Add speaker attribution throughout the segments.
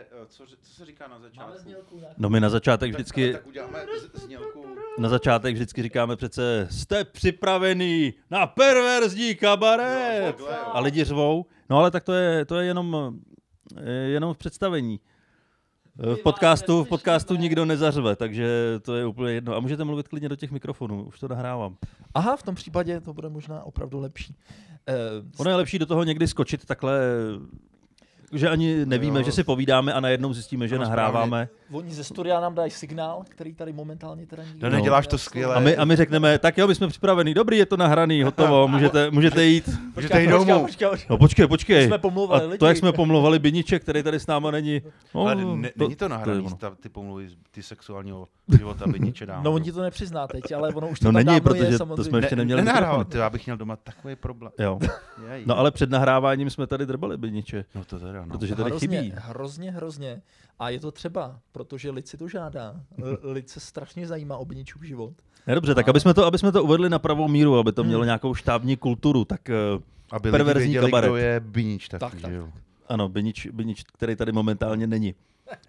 Speaker 1: Eh, co, ř- co se říká na začátku?
Speaker 2: Máme znělku, ne?
Speaker 3: No my na začátek
Speaker 1: Tak-
Speaker 3: vždycky,
Speaker 1: Tak, uděláme z- znělku.
Speaker 3: na začátek vždycky říkáme přece, jste připravený na perverzní kabaret.
Speaker 1: No, takhle, jo.
Speaker 3: A lidi řvou. No ale tak to je, to je jenom, eh, jenom v představení. Eh,
Speaker 2: vás
Speaker 3: V podcastu, v
Speaker 2: neslyšíme.
Speaker 3: podcastu nikdo nezařve, takže to je úplně jedno. A můžete mluvit klidně do těch mikrofonů, už to nahrávám.
Speaker 2: Aha, v tom případě to bude možná opravdu lepší. Uh,
Speaker 3: Ono je lepší do toho někdy skočit takhle, že ani nevíme,
Speaker 1: jo.
Speaker 3: že si povídáme a najednou zjistíme, že
Speaker 1: Ano,
Speaker 3: nahráváme.
Speaker 2: Oni ze studia nám dají signál, který tady momentálně teda nikdo
Speaker 3: No,
Speaker 2: nemá.
Speaker 3: neděláš
Speaker 1: to skvěle.
Speaker 3: A my, a my řekneme, tak jo, my jsme připravení, dobrý, je to nahraný, hotovo, můžete, můžete jít.
Speaker 1: Můžete jít
Speaker 2: počkej,
Speaker 1: domů.
Speaker 2: počkej, počkej.
Speaker 3: No počkej, počkej.
Speaker 2: Jsme pomlouvali
Speaker 3: a
Speaker 2: lidi.
Speaker 3: to, jak jsme pomlouvali Biniček, který tady s náma není. No,
Speaker 1: Ale ne, není to
Speaker 3: je
Speaker 1: nahraný,
Speaker 3: ono.
Speaker 1: ta, ty pomluvy, ty sexuálního života by niče dám.
Speaker 2: No on ti to nepřizná teď, ale ono už to
Speaker 3: No
Speaker 2: tam
Speaker 3: není,
Speaker 2: dávno
Speaker 3: protože
Speaker 2: je,
Speaker 3: to
Speaker 2: samozřejmě.
Speaker 3: jsme- ještě neměli
Speaker 1: nenahrával,
Speaker 3: mikrofon.
Speaker 1: ty, já bych měl doma takový problém.
Speaker 3: Jo.
Speaker 1: Jej.
Speaker 3: No ale před nahráváním jsme tady drbali Biniče,
Speaker 1: no to teda, no.
Speaker 3: protože tady
Speaker 2: hrozně,
Speaker 3: chybí.
Speaker 2: Hrozně, hrozně. A je to třeba, protože lid si to žádá. L- Lid se strašně zajímá o Biničův život.
Speaker 3: Ne, dobře, tak aby jsme, to, aby jsme to uvedli na pravou míru, aby to mělo nějakou štábní kulturu, tak eh,
Speaker 1: Aby lidi
Speaker 3: perverzní
Speaker 1: věděli,
Speaker 3: kabaret.
Speaker 1: kdo je binič taky,
Speaker 2: Tak,
Speaker 1: tak,
Speaker 2: tak.
Speaker 1: tak. Že jo?
Speaker 3: Ano, Binič, Binič, který tady momentálně není.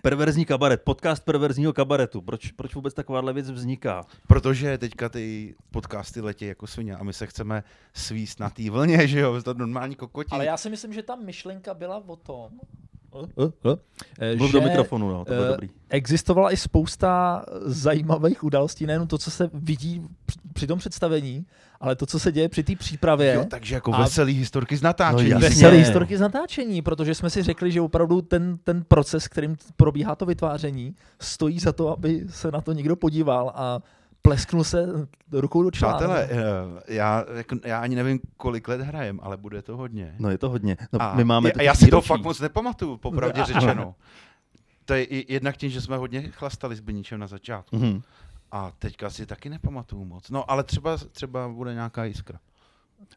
Speaker 3: Perverzní kabaret, podcast perverzního kabaretu. Proč, proč vůbec takováhle věc vzniká?
Speaker 1: Protože teďka ty podcasty letí jako svině a my se chceme svíst na té vlně, že jo? To je normální kokotí.
Speaker 2: Ale já si myslím, že ta myšlenka byla o tom, eh,
Speaker 3: Mluv do mikrofonu, no, to bude
Speaker 2: eh,
Speaker 3: dobrý.
Speaker 2: Existovala i spousta zajímavých událostí, nejenom to, co se vidí při- při tom představení, ale to, co se děje při té přípravě.
Speaker 1: Jo, takže jako
Speaker 2: A-
Speaker 1: a... veselý historky z natáčení.
Speaker 3: No jasně.
Speaker 2: Veselé
Speaker 3: Jasně.
Speaker 2: historky z natáčení, protože jsme si řekli, že opravdu ten, ten proces, kterým t- probíhá to vytváření, stojí za to, aby se na to někdo podíval a plesknul se rukou do čela.
Speaker 1: Přátelé, eh, já, jako, já ani nevím, kolik let hrajem, ale bude to hodně.
Speaker 3: No je to hodně. No,
Speaker 1: a
Speaker 3: my máme
Speaker 1: já,
Speaker 3: totiž
Speaker 1: já si to
Speaker 3: výročí. No,
Speaker 1: fakt moc nepamatuju, popravdě řečeno. To je i- jednak tím, že jsme hodně chlastali s Beníčem na začátku.
Speaker 3: Mhm.
Speaker 1: A teďka si taky nepamatuju moc. No, ale třeba, třeba bude nějaká jiskra.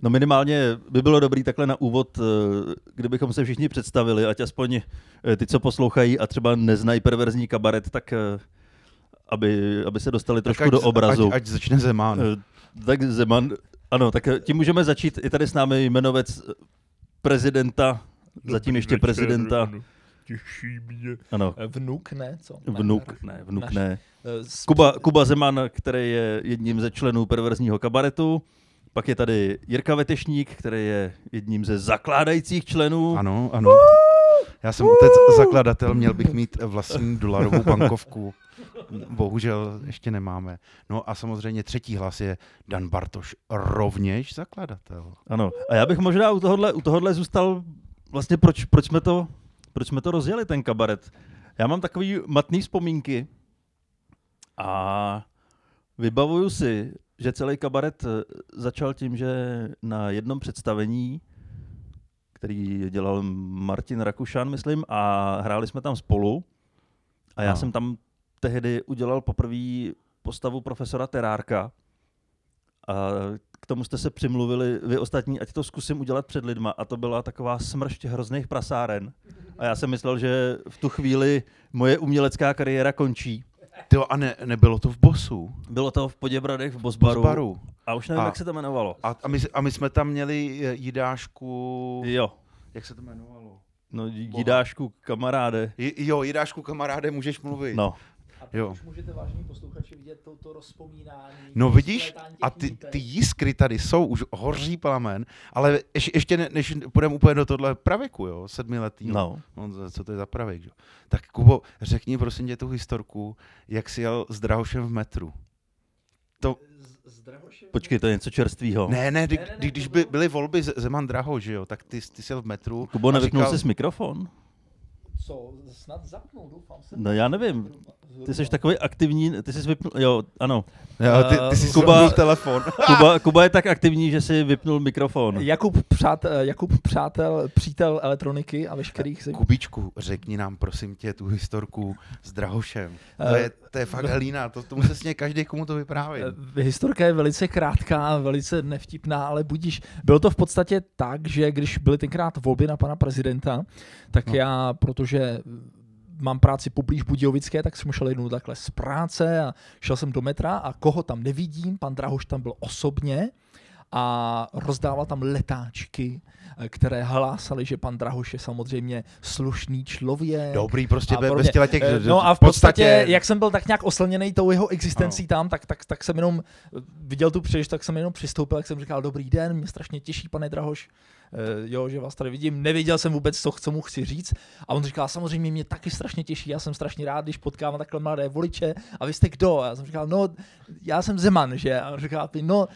Speaker 3: No minimálně by bylo dobrý takhle na úvod, eh, kdybychom se všichni představili, ať aspoň eh, ty, co poslouchají a třeba neznají perverzní kabaret, tak eh, aby, aby se dostali trošku
Speaker 1: tak ať,
Speaker 3: do obrazu.
Speaker 1: Ať, ať začne Zeman.
Speaker 3: Eh, Tak Zeman, ano, tak eh, tím můžeme začít. Je tady s námi jmenovec eh, prezidenta, zatím ještě prezidenta.
Speaker 2: Těší mě.
Speaker 3: Ano,
Speaker 2: Vnuk, ne? Co? Ne,
Speaker 3: vnuk, ne, vnuk
Speaker 2: Naš-
Speaker 3: ne.
Speaker 2: eh, s-
Speaker 3: Kuba, Kuba Zeman, který je jedním ze členů perverzního kabaretu. Pak je tady Jirka Vetešník, který je jedním ze zakládajících členů.
Speaker 1: Ano, ano. Já jsem otec zakladatel, měl bych mít eh, vlastní dolarovou bankovku. Bohužel ještě nemáme. No a samozřejmě třetí hlas je Dan Bartoš, rovněž zakladatel.
Speaker 3: Ano. A já bych možná u tohohle, u tohohle zůstal, vlastně proč, proč, jsme to, proč jsme to rozjeli, ten kabaret. Já mám takový matný vzpomínky a vybavuju si, že celý kabaret eh, začal tím, že na jednom představení, který dělal Martin Rakušan, myslím, a hráli jsme tam spolu a já
Speaker 1: Ano.
Speaker 3: jsem tam tehdy udělal poprvé postavu profesora Terárka a k tomu jste se přimluvili vy ostatní, ať to zkusím udělat před lidma. A to byla taková smršť hrozných prasáren. A já jsem myslel, že v tu chvíli moje umělecká kariéra končí.
Speaker 1: Tyjo, a ne, nebylo to v bosu?
Speaker 3: Bylo to v Poděbradech, v
Speaker 1: V
Speaker 3: Bosbaru.
Speaker 1: Baru.
Speaker 3: A už nevím,
Speaker 1: A-
Speaker 3: jak se to jmenovalo.
Speaker 1: A, a, my, a my jsme tam měli eh, jídášku,
Speaker 3: Jo,
Speaker 1: jak se to jmenovalo?
Speaker 3: no jídášku, kamaráde.
Speaker 1: J- jo, jídášku kamaráde, můžeš mluvit.
Speaker 3: No,
Speaker 2: A teď
Speaker 1: jo.
Speaker 2: už můžete, vážení posluchači, vidět to, to rozpomínání.
Speaker 1: No
Speaker 2: to
Speaker 1: vidíš,
Speaker 2: vzlétání těch
Speaker 1: a ty,
Speaker 2: nitek.
Speaker 1: ty jiskry tady jsou, už hoří plamen, ale ješ, ještě ne, než půjdeme úplně do tohle pravěku, jo, sedmiletý.
Speaker 3: no.
Speaker 1: No, co to je za pravěk, jo. Tak Kubo, řekni prosím tě tu historku, jak jsi jel s Drahošem v metru.
Speaker 2: Z- z Drahoše-
Speaker 3: Počkej, to je něco čerstvého.
Speaker 1: Ne, ne, kdy,
Speaker 2: Ne, ne, ne,
Speaker 1: kdy- když
Speaker 2: to
Speaker 1: by,
Speaker 2: bylo-
Speaker 1: byly volby Z- Zeman Draho, že jo, tak ty, ty jsi jel v metru.
Speaker 3: Kubo,
Speaker 1: a
Speaker 3: nevypnul
Speaker 1: říkal-
Speaker 3: jsi mikrofon?
Speaker 2: Co? Snad zapnou, doufám se.
Speaker 3: No já nevím. Ty jsi takový aktivní, ty jsi vypnul, jo, ano.
Speaker 1: Jo, ty, ty jsi
Speaker 3: Kuba-
Speaker 1: Kuba... telefon.
Speaker 3: Kuba, Kuba je tak aktivní, že si vypnul mikrofon.
Speaker 2: Jakub, přát, Jakub přátel, přítel elektroniky a veškerých se...
Speaker 1: Kubičku, řekni nám prosím tě tu historku s Drahošem. To
Speaker 2: Eh,
Speaker 1: je, to je fakt helína, to, tomu se sně každý, komu to vypráví.
Speaker 2: Eh, Historka je velice krátká, velice nevtipná, ale budíš. Bylo to v podstatě tak, že když byly tenkrát volby na pana prezidenta, tak
Speaker 1: No.
Speaker 2: já, protože eh, mám práci poblíž Budějovické, tak jsem šel jednou takhle z práce a šel jsem do metra a koho tam nevidím, pan Drahoš tam byl osobně a rozdával tam letáčky, eh, které hlásaly, že pan Drahoš je samozřejmě slušný člověk.
Speaker 1: Dobrý, prostě
Speaker 2: a
Speaker 1: be,
Speaker 2: podobně.
Speaker 1: bez těla těch...
Speaker 2: Eh, No a v podstatě, No. jak jsem byl tak nějak oslněný tou jeho existencí tam, tak, tak, tak jsem jenom eh, viděl tu příležitost, tak jsem jenom přistoupil, jak jsem říkal, dobrý den, mě strašně těší, pane Drahoš, eh, jo, že vás tady vidím, nevěděl jsem vůbec, co, co mu chci říct. A on říkal, samozřejmě mě taky strašně těší, já jsem strašně rád, když potkávám takhle mladé voliče. A vy jste kdo? A já jsem říkal, no, já jsem Zeman, že? A on říkal, no,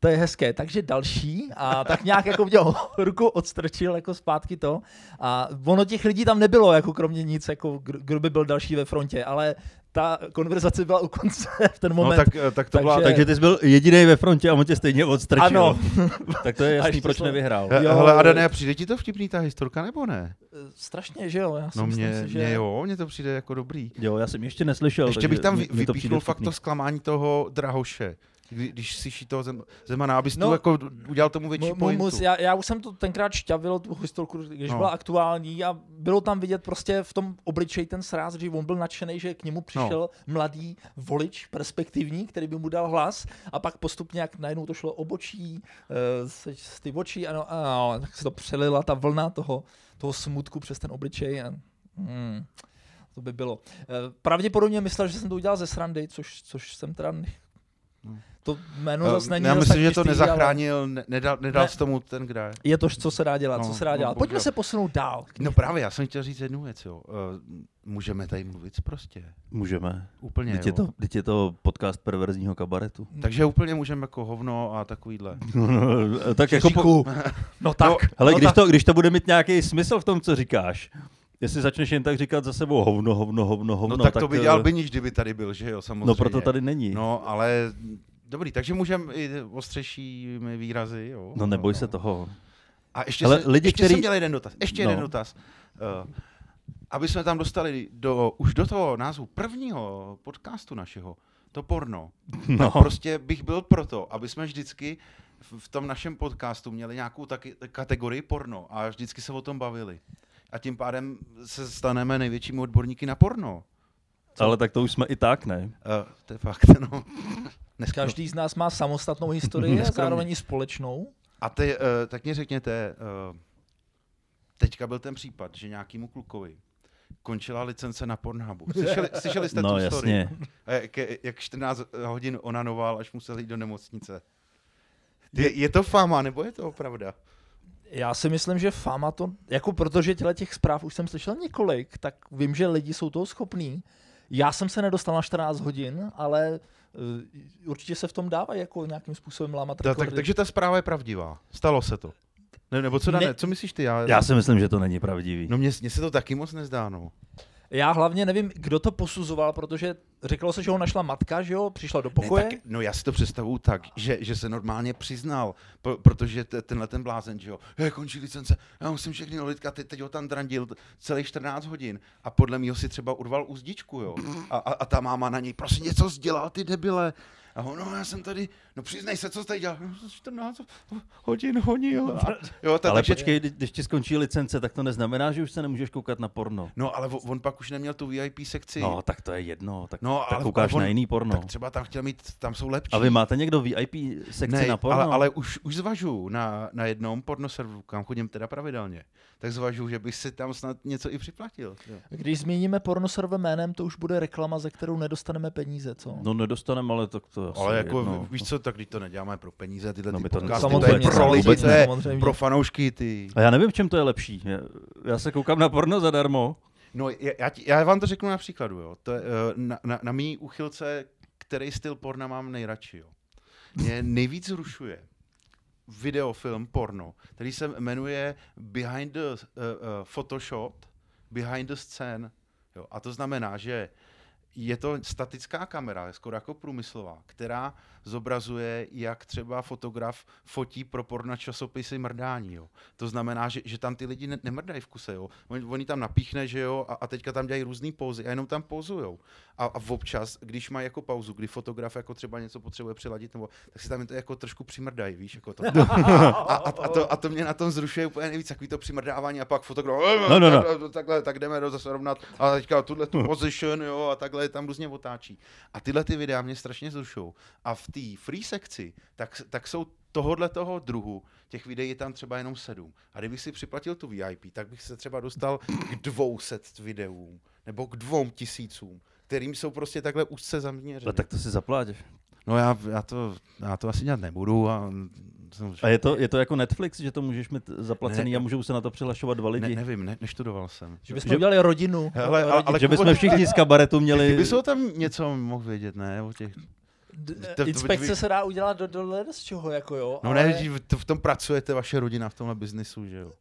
Speaker 2: to je hezké. Takže další a tak nějak jako měl ruku odstrčil jako zpátky to. A ono těch lidí tam nebylo, jako kromě nic, jako kdo kdo by byl další ve frontě, ale ta konverzace byla u konce v ten
Speaker 1: No
Speaker 2: moment.
Speaker 1: tak, eh, tak to byla...
Speaker 2: Takže-
Speaker 1: Tak,
Speaker 3: Takže ty jsi byl jediný ve frontě a on tě stejně odstrčil.
Speaker 2: Ano.
Speaker 3: tak to je
Speaker 2: A
Speaker 3: jasný,
Speaker 2: ještě
Speaker 3: proč
Speaker 2: to-
Speaker 3: nevyhrál.
Speaker 1: He-
Speaker 2: jo.
Speaker 1: Eh, Hele, Adane, a přijde ti to vtipný ta historka, nebo ne?
Speaker 2: Eh, Strašně, že jo? Já si
Speaker 1: No
Speaker 2: myslím
Speaker 1: mně,
Speaker 2: si, že...
Speaker 1: mně jo, mně to přijde jako dobrý.
Speaker 3: Jo, já jsem ještě neslyšel.
Speaker 1: Ještě
Speaker 3: takže
Speaker 1: bych tam
Speaker 3: mi-
Speaker 1: vy-
Speaker 3: mi to přijde
Speaker 1: vypíchnul fakt
Speaker 3: vtipný.
Speaker 1: to zklamáním toho Drahoše, kdy, když slyší toho zem, Zemana, abys
Speaker 2: No.
Speaker 1: no, tu jako d- udělal tomu větší
Speaker 2: Mu- mu-
Speaker 1: pointu.
Speaker 2: mus- já, já už jsem to tenkrát šťavil, tu historku, když no.
Speaker 1: No.
Speaker 2: byla aktuální a bylo tam vidět prostě v tom obličeji ten sráz, že on byl nadšený, že k němu přišel no. mladý volič perspektivní, který by mu dal hlas a pak postupně jak najednou to šlo obočí, eh, se- z ty očí, ano, ano, tak se to přelila ta vlna toho, toho smutku přes ten obličej a hmm, to by bylo. Eh, Pravděpodobně myslel, že jsem to udělal ze srandy, což, což jsem teda... nech- no, To jméno
Speaker 1: Eh,
Speaker 2: zase není
Speaker 1: já
Speaker 2: zas
Speaker 1: myslím,
Speaker 2: tak
Speaker 1: že to
Speaker 2: čistý, ale-
Speaker 1: nezachránil, ne, nedal, nedal
Speaker 2: Ne.
Speaker 1: ne. tomu ten, kde je.
Speaker 2: je to, co se dá dělat, no,
Speaker 1: No,
Speaker 2: co se dá
Speaker 1: no,
Speaker 2: dělat.
Speaker 1: bohužel.
Speaker 2: Pojďme se posunout dál.
Speaker 1: No právě, já jsem chtěl říct jednu věc, jo. Eh, Můžeme tady mluvit prostě.
Speaker 3: Můžeme.
Speaker 1: Úplně,
Speaker 3: Teď je,
Speaker 1: jo.
Speaker 3: to, teď je to podcast perverzního kabaretu.
Speaker 1: Takže úplně můžeme jako hovno a takovýhle.
Speaker 3: No, tak jako po,
Speaker 2: No tak. No,
Speaker 3: ale
Speaker 2: no
Speaker 3: když,
Speaker 2: tak.
Speaker 3: to, když to bude mít nějaký smysl v tom, co říkáš, jestli začneš jen tak říkat za sebou hovno, hovno, hovno,
Speaker 1: No,
Speaker 3: hovno.
Speaker 1: tak, to by
Speaker 3: eh,
Speaker 1: dělal Biniš, kdyby tady byl, že jo, samozřejmě.
Speaker 3: No proto tady není. No,
Speaker 1: No, ale dobrý, takže můžeme i ostřejšími výrazy, jo.
Speaker 3: no neboj se toho.
Speaker 1: A ještě,
Speaker 3: Ale
Speaker 1: jsem,
Speaker 3: lidi,
Speaker 1: lidi, ještě
Speaker 3: který-
Speaker 1: jsem měl jeden dotaz. Ještě no. jeden
Speaker 3: No.
Speaker 1: dotaz. Uh, aby jsme tam dostali do, už do toho názvu prvního podcastu našeho, to porno,
Speaker 3: No.
Speaker 1: tak prostě bych byl proto, aby jsme vždycky v v tom našem podcastu měli nějakou taky, kategorii porno a vždycky se o tom bavili. A tím pádem se staneme největšími odborníky na porno.
Speaker 3: Ale tak to už jsme i tak, ne?
Speaker 1: Uh, to je fakt, no. Dneska
Speaker 2: Každý z nás má samostatnou historii a
Speaker 1: Neskromně.
Speaker 2: zároveň i společnou.
Speaker 1: A ty, uh, tak mě řekněte, uh, teďka byl ten případ, že nějakému klukovi končila licence na Pornhubu. Slyšeli, slyšeli jste
Speaker 3: No
Speaker 1: tu story?
Speaker 3: jasně.
Speaker 1: A Jak, jak 14 hodin onanoval, až musel jít do nemocnice. Je, je to fama, nebo je to pravda?
Speaker 2: Já si myslím, že fama to, jako protože těle těch zpráv už jsem slyšel několik, tak vím, že lidi jsou toho schopní. Já jsem se nedostal na 14 hodin, ale eh, určitě se v tom dává jako nějakým způsobem lámat
Speaker 1: Ta,
Speaker 2: rekordy.
Speaker 1: No, tak, takže ta zpráva je pravdivá. Stalo se to. Ne, nebo co,
Speaker 2: Ne-
Speaker 1: Dane, co myslíš ty? Já,
Speaker 3: Já si myslím, že to není pravdivý.
Speaker 1: No mně, mně se to taky moc nezdá, no.
Speaker 2: Já hlavně nevím, kdo to posuzoval, protože řeklo se, že ho našla matka, že jo, přišla do pokoje.
Speaker 1: Ne, tak, no já si to představuju tak, že, že se normálně přiznal, pro, protože te, tenhle ten blázen, že jo, je, končí licence, já musím všechny lidka, teď, teď ho tam drandil celých 14 hodin a podle mého si třeba urval uzdičku, jo, a, a, a ta máma na něj, prosím, něco sdělal, ty debile, a on, no já jsem tady, no přiznej se, co jsi tady dělal, no, 14 hodin honil. A, jo, ta,
Speaker 3: Ale
Speaker 1: takže,
Speaker 3: počkej, kdy- když ti skončí licence, tak to neznamená, že už se nemůžeš koukat na porno.
Speaker 1: No ale on- on pak už neměl tu VIP sekci.
Speaker 3: No, tak to je jedno. Tak,
Speaker 1: No,
Speaker 3: tak
Speaker 1: ale-
Speaker 3: koukáš
Speaker 1: ale on-
Speaker 3: na jiný porno.
Speaker 1: Tak třeba tam chtěl mít, tam jsou lepší.
Speaker 3: No. A vy máte někdo VIP sekci na porno?
Speaker 1: Ale, ale už, už zvažu na, na jednom pornoserveru, kam chodím teda pravidelně, tak zvažu, že bych si tam snad něco i připlatil. Jo.
Speaker 2: Když zmíníme pornoserver jménem, to už bude reklama, ze kterou nedostaneme peníze, co?
Speaker 3: No nedostaneme, ale tak to je asi
Speaker 1: Ale jako
Speaker 3: jedno.
Speaker 1: jedno. víš co, tak když to neděláme pro peníze, tyhle
Speaker 3: No,
Speaker 1: no,
Speaker 3: my
Speaker 1: ty
Speaker 3: to
Speaker 1: podcasty,
Speaker 3: samozřejmě,
Speaker 1: to je pro
Speaker 3: samozřejmě,
Speaker 1: lidi, to je
Speaker 2: samozřejmě.
Speaker 1: pro fanoušky, ty.
Speaker 3: A já nevím, v čem to je lepší. Já- Já se koukám na porno zadarmo.
Speaker 1: No, já, já, ti, já vám to řeknu na příkladu, jo. To je, eh, na, na, na mý uchylce, který styl porna mám nejradši, jo. Mě nejvíc zrušuje videofilm porno, který se jmenuje Behind the uh, uh, Photoshop, Behind the Scene, jo. A to znamená, že je to statická kamera, skoro jako průmyslová, která zobrazuje, jak třeba fotograf fotí pro porno časopisy mrdání. Jo. To znamená, že, že tam ty lidi ne- nemrdají v kuse. Jo. Oni, oni tam napíchne, že jo, a, a teďka tam dělají různé pózy a jenom tam pozujou. A, a občas, když mají jako pauzu, kdy fotograf jako třeba něco potřebuje přiladit, nebo, tak si tam to jako trošku přimrdají, víš, jako to. A, a, a, to, a to mě na tom zrušuje úplně nejvíc, takový to přimrdávání a pak fotograf, "Eh,
Speaker 3: No, no, no.
Speaker 1: takhle, tak jdeme do zase rovnat a teďka tuhle tu position, jo, a takhle je tam různě otáčí. A tyhle ty videa mě strašně zrušou. A v té free sekci, tak, tak jsou tohodle toho druhu, těch videí je tam třeba jenom sedm. A kdybych si připlatil tu VIP, tak bych se třeba dostal k dvouset videům, nebo k dvou tisícům, kterým jsou prostě takhle úzce
Speaker 3: A
Speaker 1: zaměřené.
Speaker 3: tak to si zaplátíš.
Speaker 1: No já, já, to, já to asi dělat nebudu. A, jsem,
Speaker 3: A je to, je to jako Netflix, že to můžeš mít zaplacený
Speaker 1: Ne.
Speaker 3: a můžou se na to přihlašovat dva
Speaker 1: ne,
Speaker 3: lidi.
Speaker 1: nevím, ne, neštudoval jsem.
Speaker 2: Že bychom
Speaker 3: Že-
Speaker 2: udělali rodinu.
Speaker 1: Hele,
Speaker 2: rodinu.
Speaker 1: ale- ale
Speaker 3: že
Speaker 1: Kubo,
Speaker 3: bychom
Speaker 1: ty-
Speaker 3: všichni z kabaretu
Speaker 1: Ty
Speaker 3: měli...
Speaker 1: bys o tam něco mohl vědět, ne? O těch...
Speaker 2: D-
Speaker 1: to- to- to-
Speaker 2: Inspekce se dá udělat do, do leda z čeho, jako jo.
Speaker 1: No
Speaker 2: ale-
Speaker 1: ne, že v- to- v tom pracujete, vaše rodina v tomhle biznisu, že jo?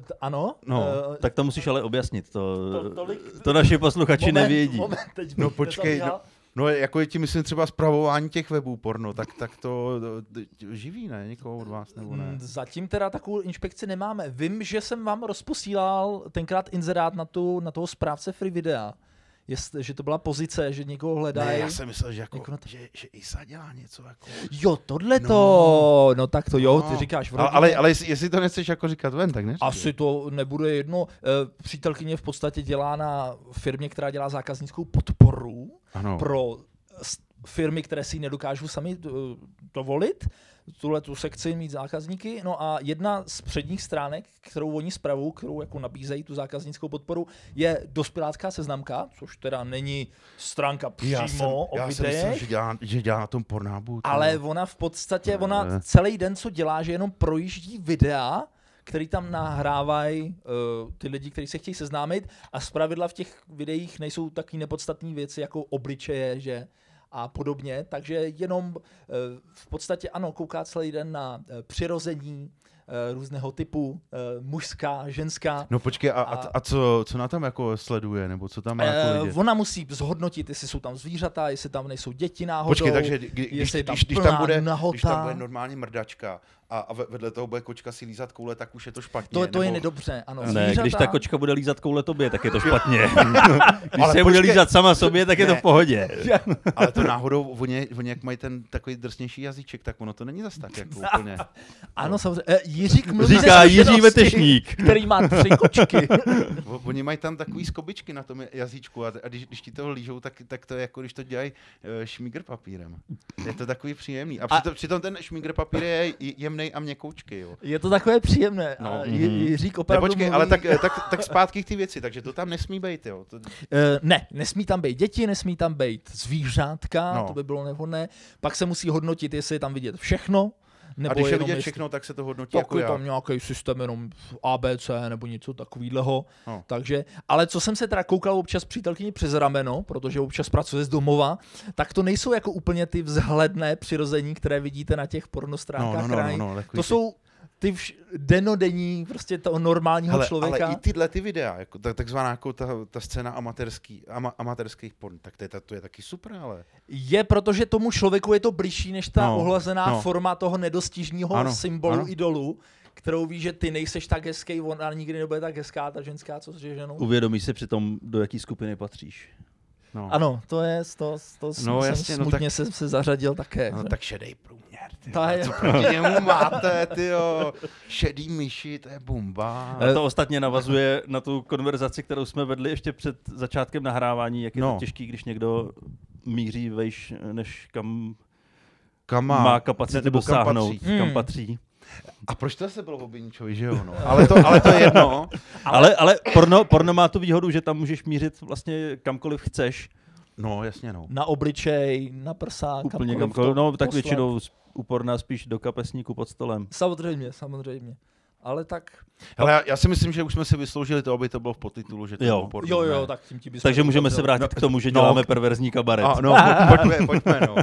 Speaker 2: T- Ano?
Speaker 1: No,
Speaker 2: eh,
Speaker 3: Tak to musíš ale objasnit, to,
Speaker 2: To-
Speaker 3: to,
Speaker 2: tolik-
Speaker 3: to naši posluchači
Speaker 2: moment,
Speaker 3: nevědí.
Speaker 2: Moment, teď
Speaker 1: No
Speaker 2: bych
Speaker 1: počkej,
Speaker 2: nezabíhal.
Speaker 1: No jako je ti myslím třeba zpravování těch webů porno, tak, tak to d- d- živí, ne? Někoho od vás nebo no, ne?
Speaker 2: Mm, Zatím teda takovou inspekci nemáme. Vím, že jsem vám rozposílal tenkrát inzerát na, tu, na toho správce free videa. Jest, že to byla pozice, že někoho
Speaker 1: Ne,
Speaker 2: hledají.
Speaker 1: já jsem myslel, že, jako,
Speaker 2: Jako na to-
Speaker 1: že, že Isa dělá něco jako...
Speaker 2: Jo, tohle to. No. tak to jo, ty
Speaker 1: No.
Speaker 2: říkáš v
Speaker 1: Ale,
Speaker 2: rodině.
Speaker 1: ale, ale jestli, jestli to nechceš jako říkat ven, tak neříkej.
Speaker 2: Asi to nebude jedno. Eh, Přítelkyně v podstatě dělá na firmě, která dělá zákaznickou podporu.
Speaker 1: Ano.
Speaker 2: pro s- firmy, které si ji nedokážou sami eh, dovolit, tuhle tu sekci mít zákazníky. No a jedna z předních stránek, kterou oni zpravují, kterou jako nabízejí tu zákaznickou podporu, je dospělácká seznamka, což teda není stránka přímo
Speaker 1: já jsem,
Speaker 2: o
Speaker 1: já jsem
Speaker 2: videích,
Speaker 1: myslel, že dělá, že dělá na tom pornábu. to-
Speaker 2: ale ona v podstatě, ona
Speaker 1: Ne.
Speaker 2: celý den, co dělá, že jenom projíždí videa, který tam nahrávají uh, ty lidi, kteří se chtějí seznámit a zpravidla v těch videích nejsou taky nepodstatné věci jako obličeje, že a podobně, takže jenom uh, v podstatě ano, kouká celý den na uh, přirození uh, různého typu, uh, mužská, ženská.
Speaker 1: No počkej, a,
Speaker 2: A-
Speaker 1: a, a co, co na tam jako sleduje, nebo co tam má jako
Speaker 2: Eh,
Speaker 1: vidět?
Speaker 2: ona musí zhodnotit, jestli jsou tam zvířata, jestli tam nejsou děti náhodou.
Speaker 1: Počkej, takže kdy- když,
Speaker 2: jestli je tam
Speaker 1: když, když,
Speaker 2: plná
Speaker 1: tam bude,
Speaker 2: nahota.
Speaker 1: když tam bude normálně mrdačka a, a ve- vedle toho bude kočka si lízat koule, tak už je to špatně.
Speaker 2: To, to je
Speaker 1: nebo-
Speaker 2: nedobře, ano.
Speaker 3: Ne,
Speaker 2: zvířata,
Speaker 3: když ta kočka bude lízat koule tobě, tak je to špatně. Když
Speaker 1: Ale
Speaker 3: se bude
Speaker 1: počkej.
Speaker 3: lízat sama sobě, tak je to
Speaker 1: Ne.
Speaker 3: v pohodě.
Speaker 1: Ale to náhodou, oni, oni jak mají ten takový drsnější jazyček, tak ono to není zas tak jako úplně.
Speaker 2: Ano, samozřejmě. Eh, Jiřík mluví ze
Speaker 3: Říká Jiří
Speaker 2: zkušenosti,
Speaker 3: Vetešník.
Speaker 2: který má tři kočky.
Speaker 1: O- Oni mají tam takový skobičky na tom jazyčku a, a když, když ti to lížou, tak, tak to je jako když to dělají eh, šmígr papírem. Je to takový příjemný. A přitom, přitom ten šmígr papír je j- jemnej a měkoučký, jo.
Speaker 2: Je to takové příjemné. No.
Speaker 1: No.
Speaker 2: Jiřík
Speaker 1: Ne,
Speaker 2: opravdu
Speaker 1: počkej,
Speaker 2: mluví...
Speaker 1: ale tak, eh, tak, tak zpátky k ty věci, takže to tam nesmí být, jo. To,
Speaker 2: Eh, ne, nesmí tam být děti, nesmí tam být zvířátka, no.
Speaker 1: No.
Speaker 2: to by bylo nevhodné. Pak se musí hodnotit, jestli je tam vidět všechno, nebo
Speaker 1: a když je
Speaker 2: jenom
Speaker 1: vidět
Speaker 2: jestli-
Speaker 1: všechno, tak se to hodnotí
Speaker 2: Tak
Speaker 1: jako
Speaker 2: je
Speaker 1: já.
Speaker 2: tam nějaký systém jenom ABC nebo něco takového.
Speaker 1: No.
Speaker 2: Takže, ale co jsem se teda koukal občas přítelkyni přes rameno, protože občas pracuje z domova, tak to nejsou jako úplně ty vzhledné přirození, které vidíte na těch pornostránkách.
Speaker 1: No, no, no,
Speaker 2: která-
Speaker 1: no, no, takový
Speaker 2: to
Speaker 1: ty-
Speaker 2: jsou ty vš- denodenní, prostě toho
Speaker 3: No,
Speaker 2: normálního
Speaker 1: Hele,
Speaker 2: člověka.
Speaker 1: ale i tyhle ty videa, jako ta, takzvaná jako ta, ta scéna amatérský, ama, amatérských porn, tak to je, ta, to je taky super, ale.
Speaker 2: Je, protože tomu člověku je to bližší než ta no,
Speaker 1: No,
Speaker 2: ohlazená no.
Speaker 1: no.
Speaker 2: forma toho nedostižního ano,
Speaker 1: Ano,
Speaker 2: symbolu ano.
Speaker 1: ano.
Speaker 2: idolu, kterou ví, že ty nejseš tak hezký, ona nikdy nebude tak hezká, ta ženská, co s ženou.
Speaker 3: Uvědomíš si přitom, do jaký skupiny patříš.
Speaker 1: No.
Speaker 2: Ano, to je, to, to no,
Speaker 1: No,
Speaker 2: jsem jasně,
Speaker 1: jasně, no
Speaker 2: smutně no, tak... jsem se zařadil také.
Speaker 1: No tak šedej průměr, ty
Speaker 2: Ta je-
Speaker 1: je... co proti němu máte, ty jo. Šedý myši, to je bomba.
Speaker 3: A to ostatně navazuje na tu konverzaci, kterou jsme vedli ještě před začátkem nahrávání, jak je
Speaker 1: No.
Speaker 3: to těžký, když někdo míří vejš, než kam
Speaker 1: Kam
Speaker 3: má, má kapacitu
Speaker 1: ne- nebo kam
Speaker 3: dosáhnout,
Speaker 1: patří.
Speaker 2: Hmm.
Speaker 3: kam patří.
Speaker 1: A proč to se bylo o Biničovi, že jo? No. Ale, to, ale to je jedno.
Speaker 3: Ale, ale porno, porno má tu výhodu, že tam můžeš mířit vlastně kamkoliv chceš.
Speaker 1: No, jasně, no.
Speaker 2: Na obličej, na prsa,
Speaker 3: Úplně
Speaker 2: kamkoliv
Speaker 3: kamkoliv,
Speaker 2: to
Speaker 3: no tak
Speaker 2: poslat.
Speaker 3: většinou z- u porna spíš do kapesníku pod stolem.
Speaker 2: Samozřejmě, samozřejmě. Ale tak,
Speaker 1: Ale já, já, si myslím, že už jsme si vysloužili to, aby to bylo v podtitulu, že to
Speaker 3: Jo.
Speaker 1: bylo porno,
Speaker 2: jo,
Speaker 1: ne?
Speaker 2: jo, tak tím ti bys...
Speaker 3: Takže můžeme se vrátit k tomu, že
Speaker 1: no.
Speaker 3: děláme perverzní kabaret.
Speaker 1: A, no, po- pojďme, pojďme, no.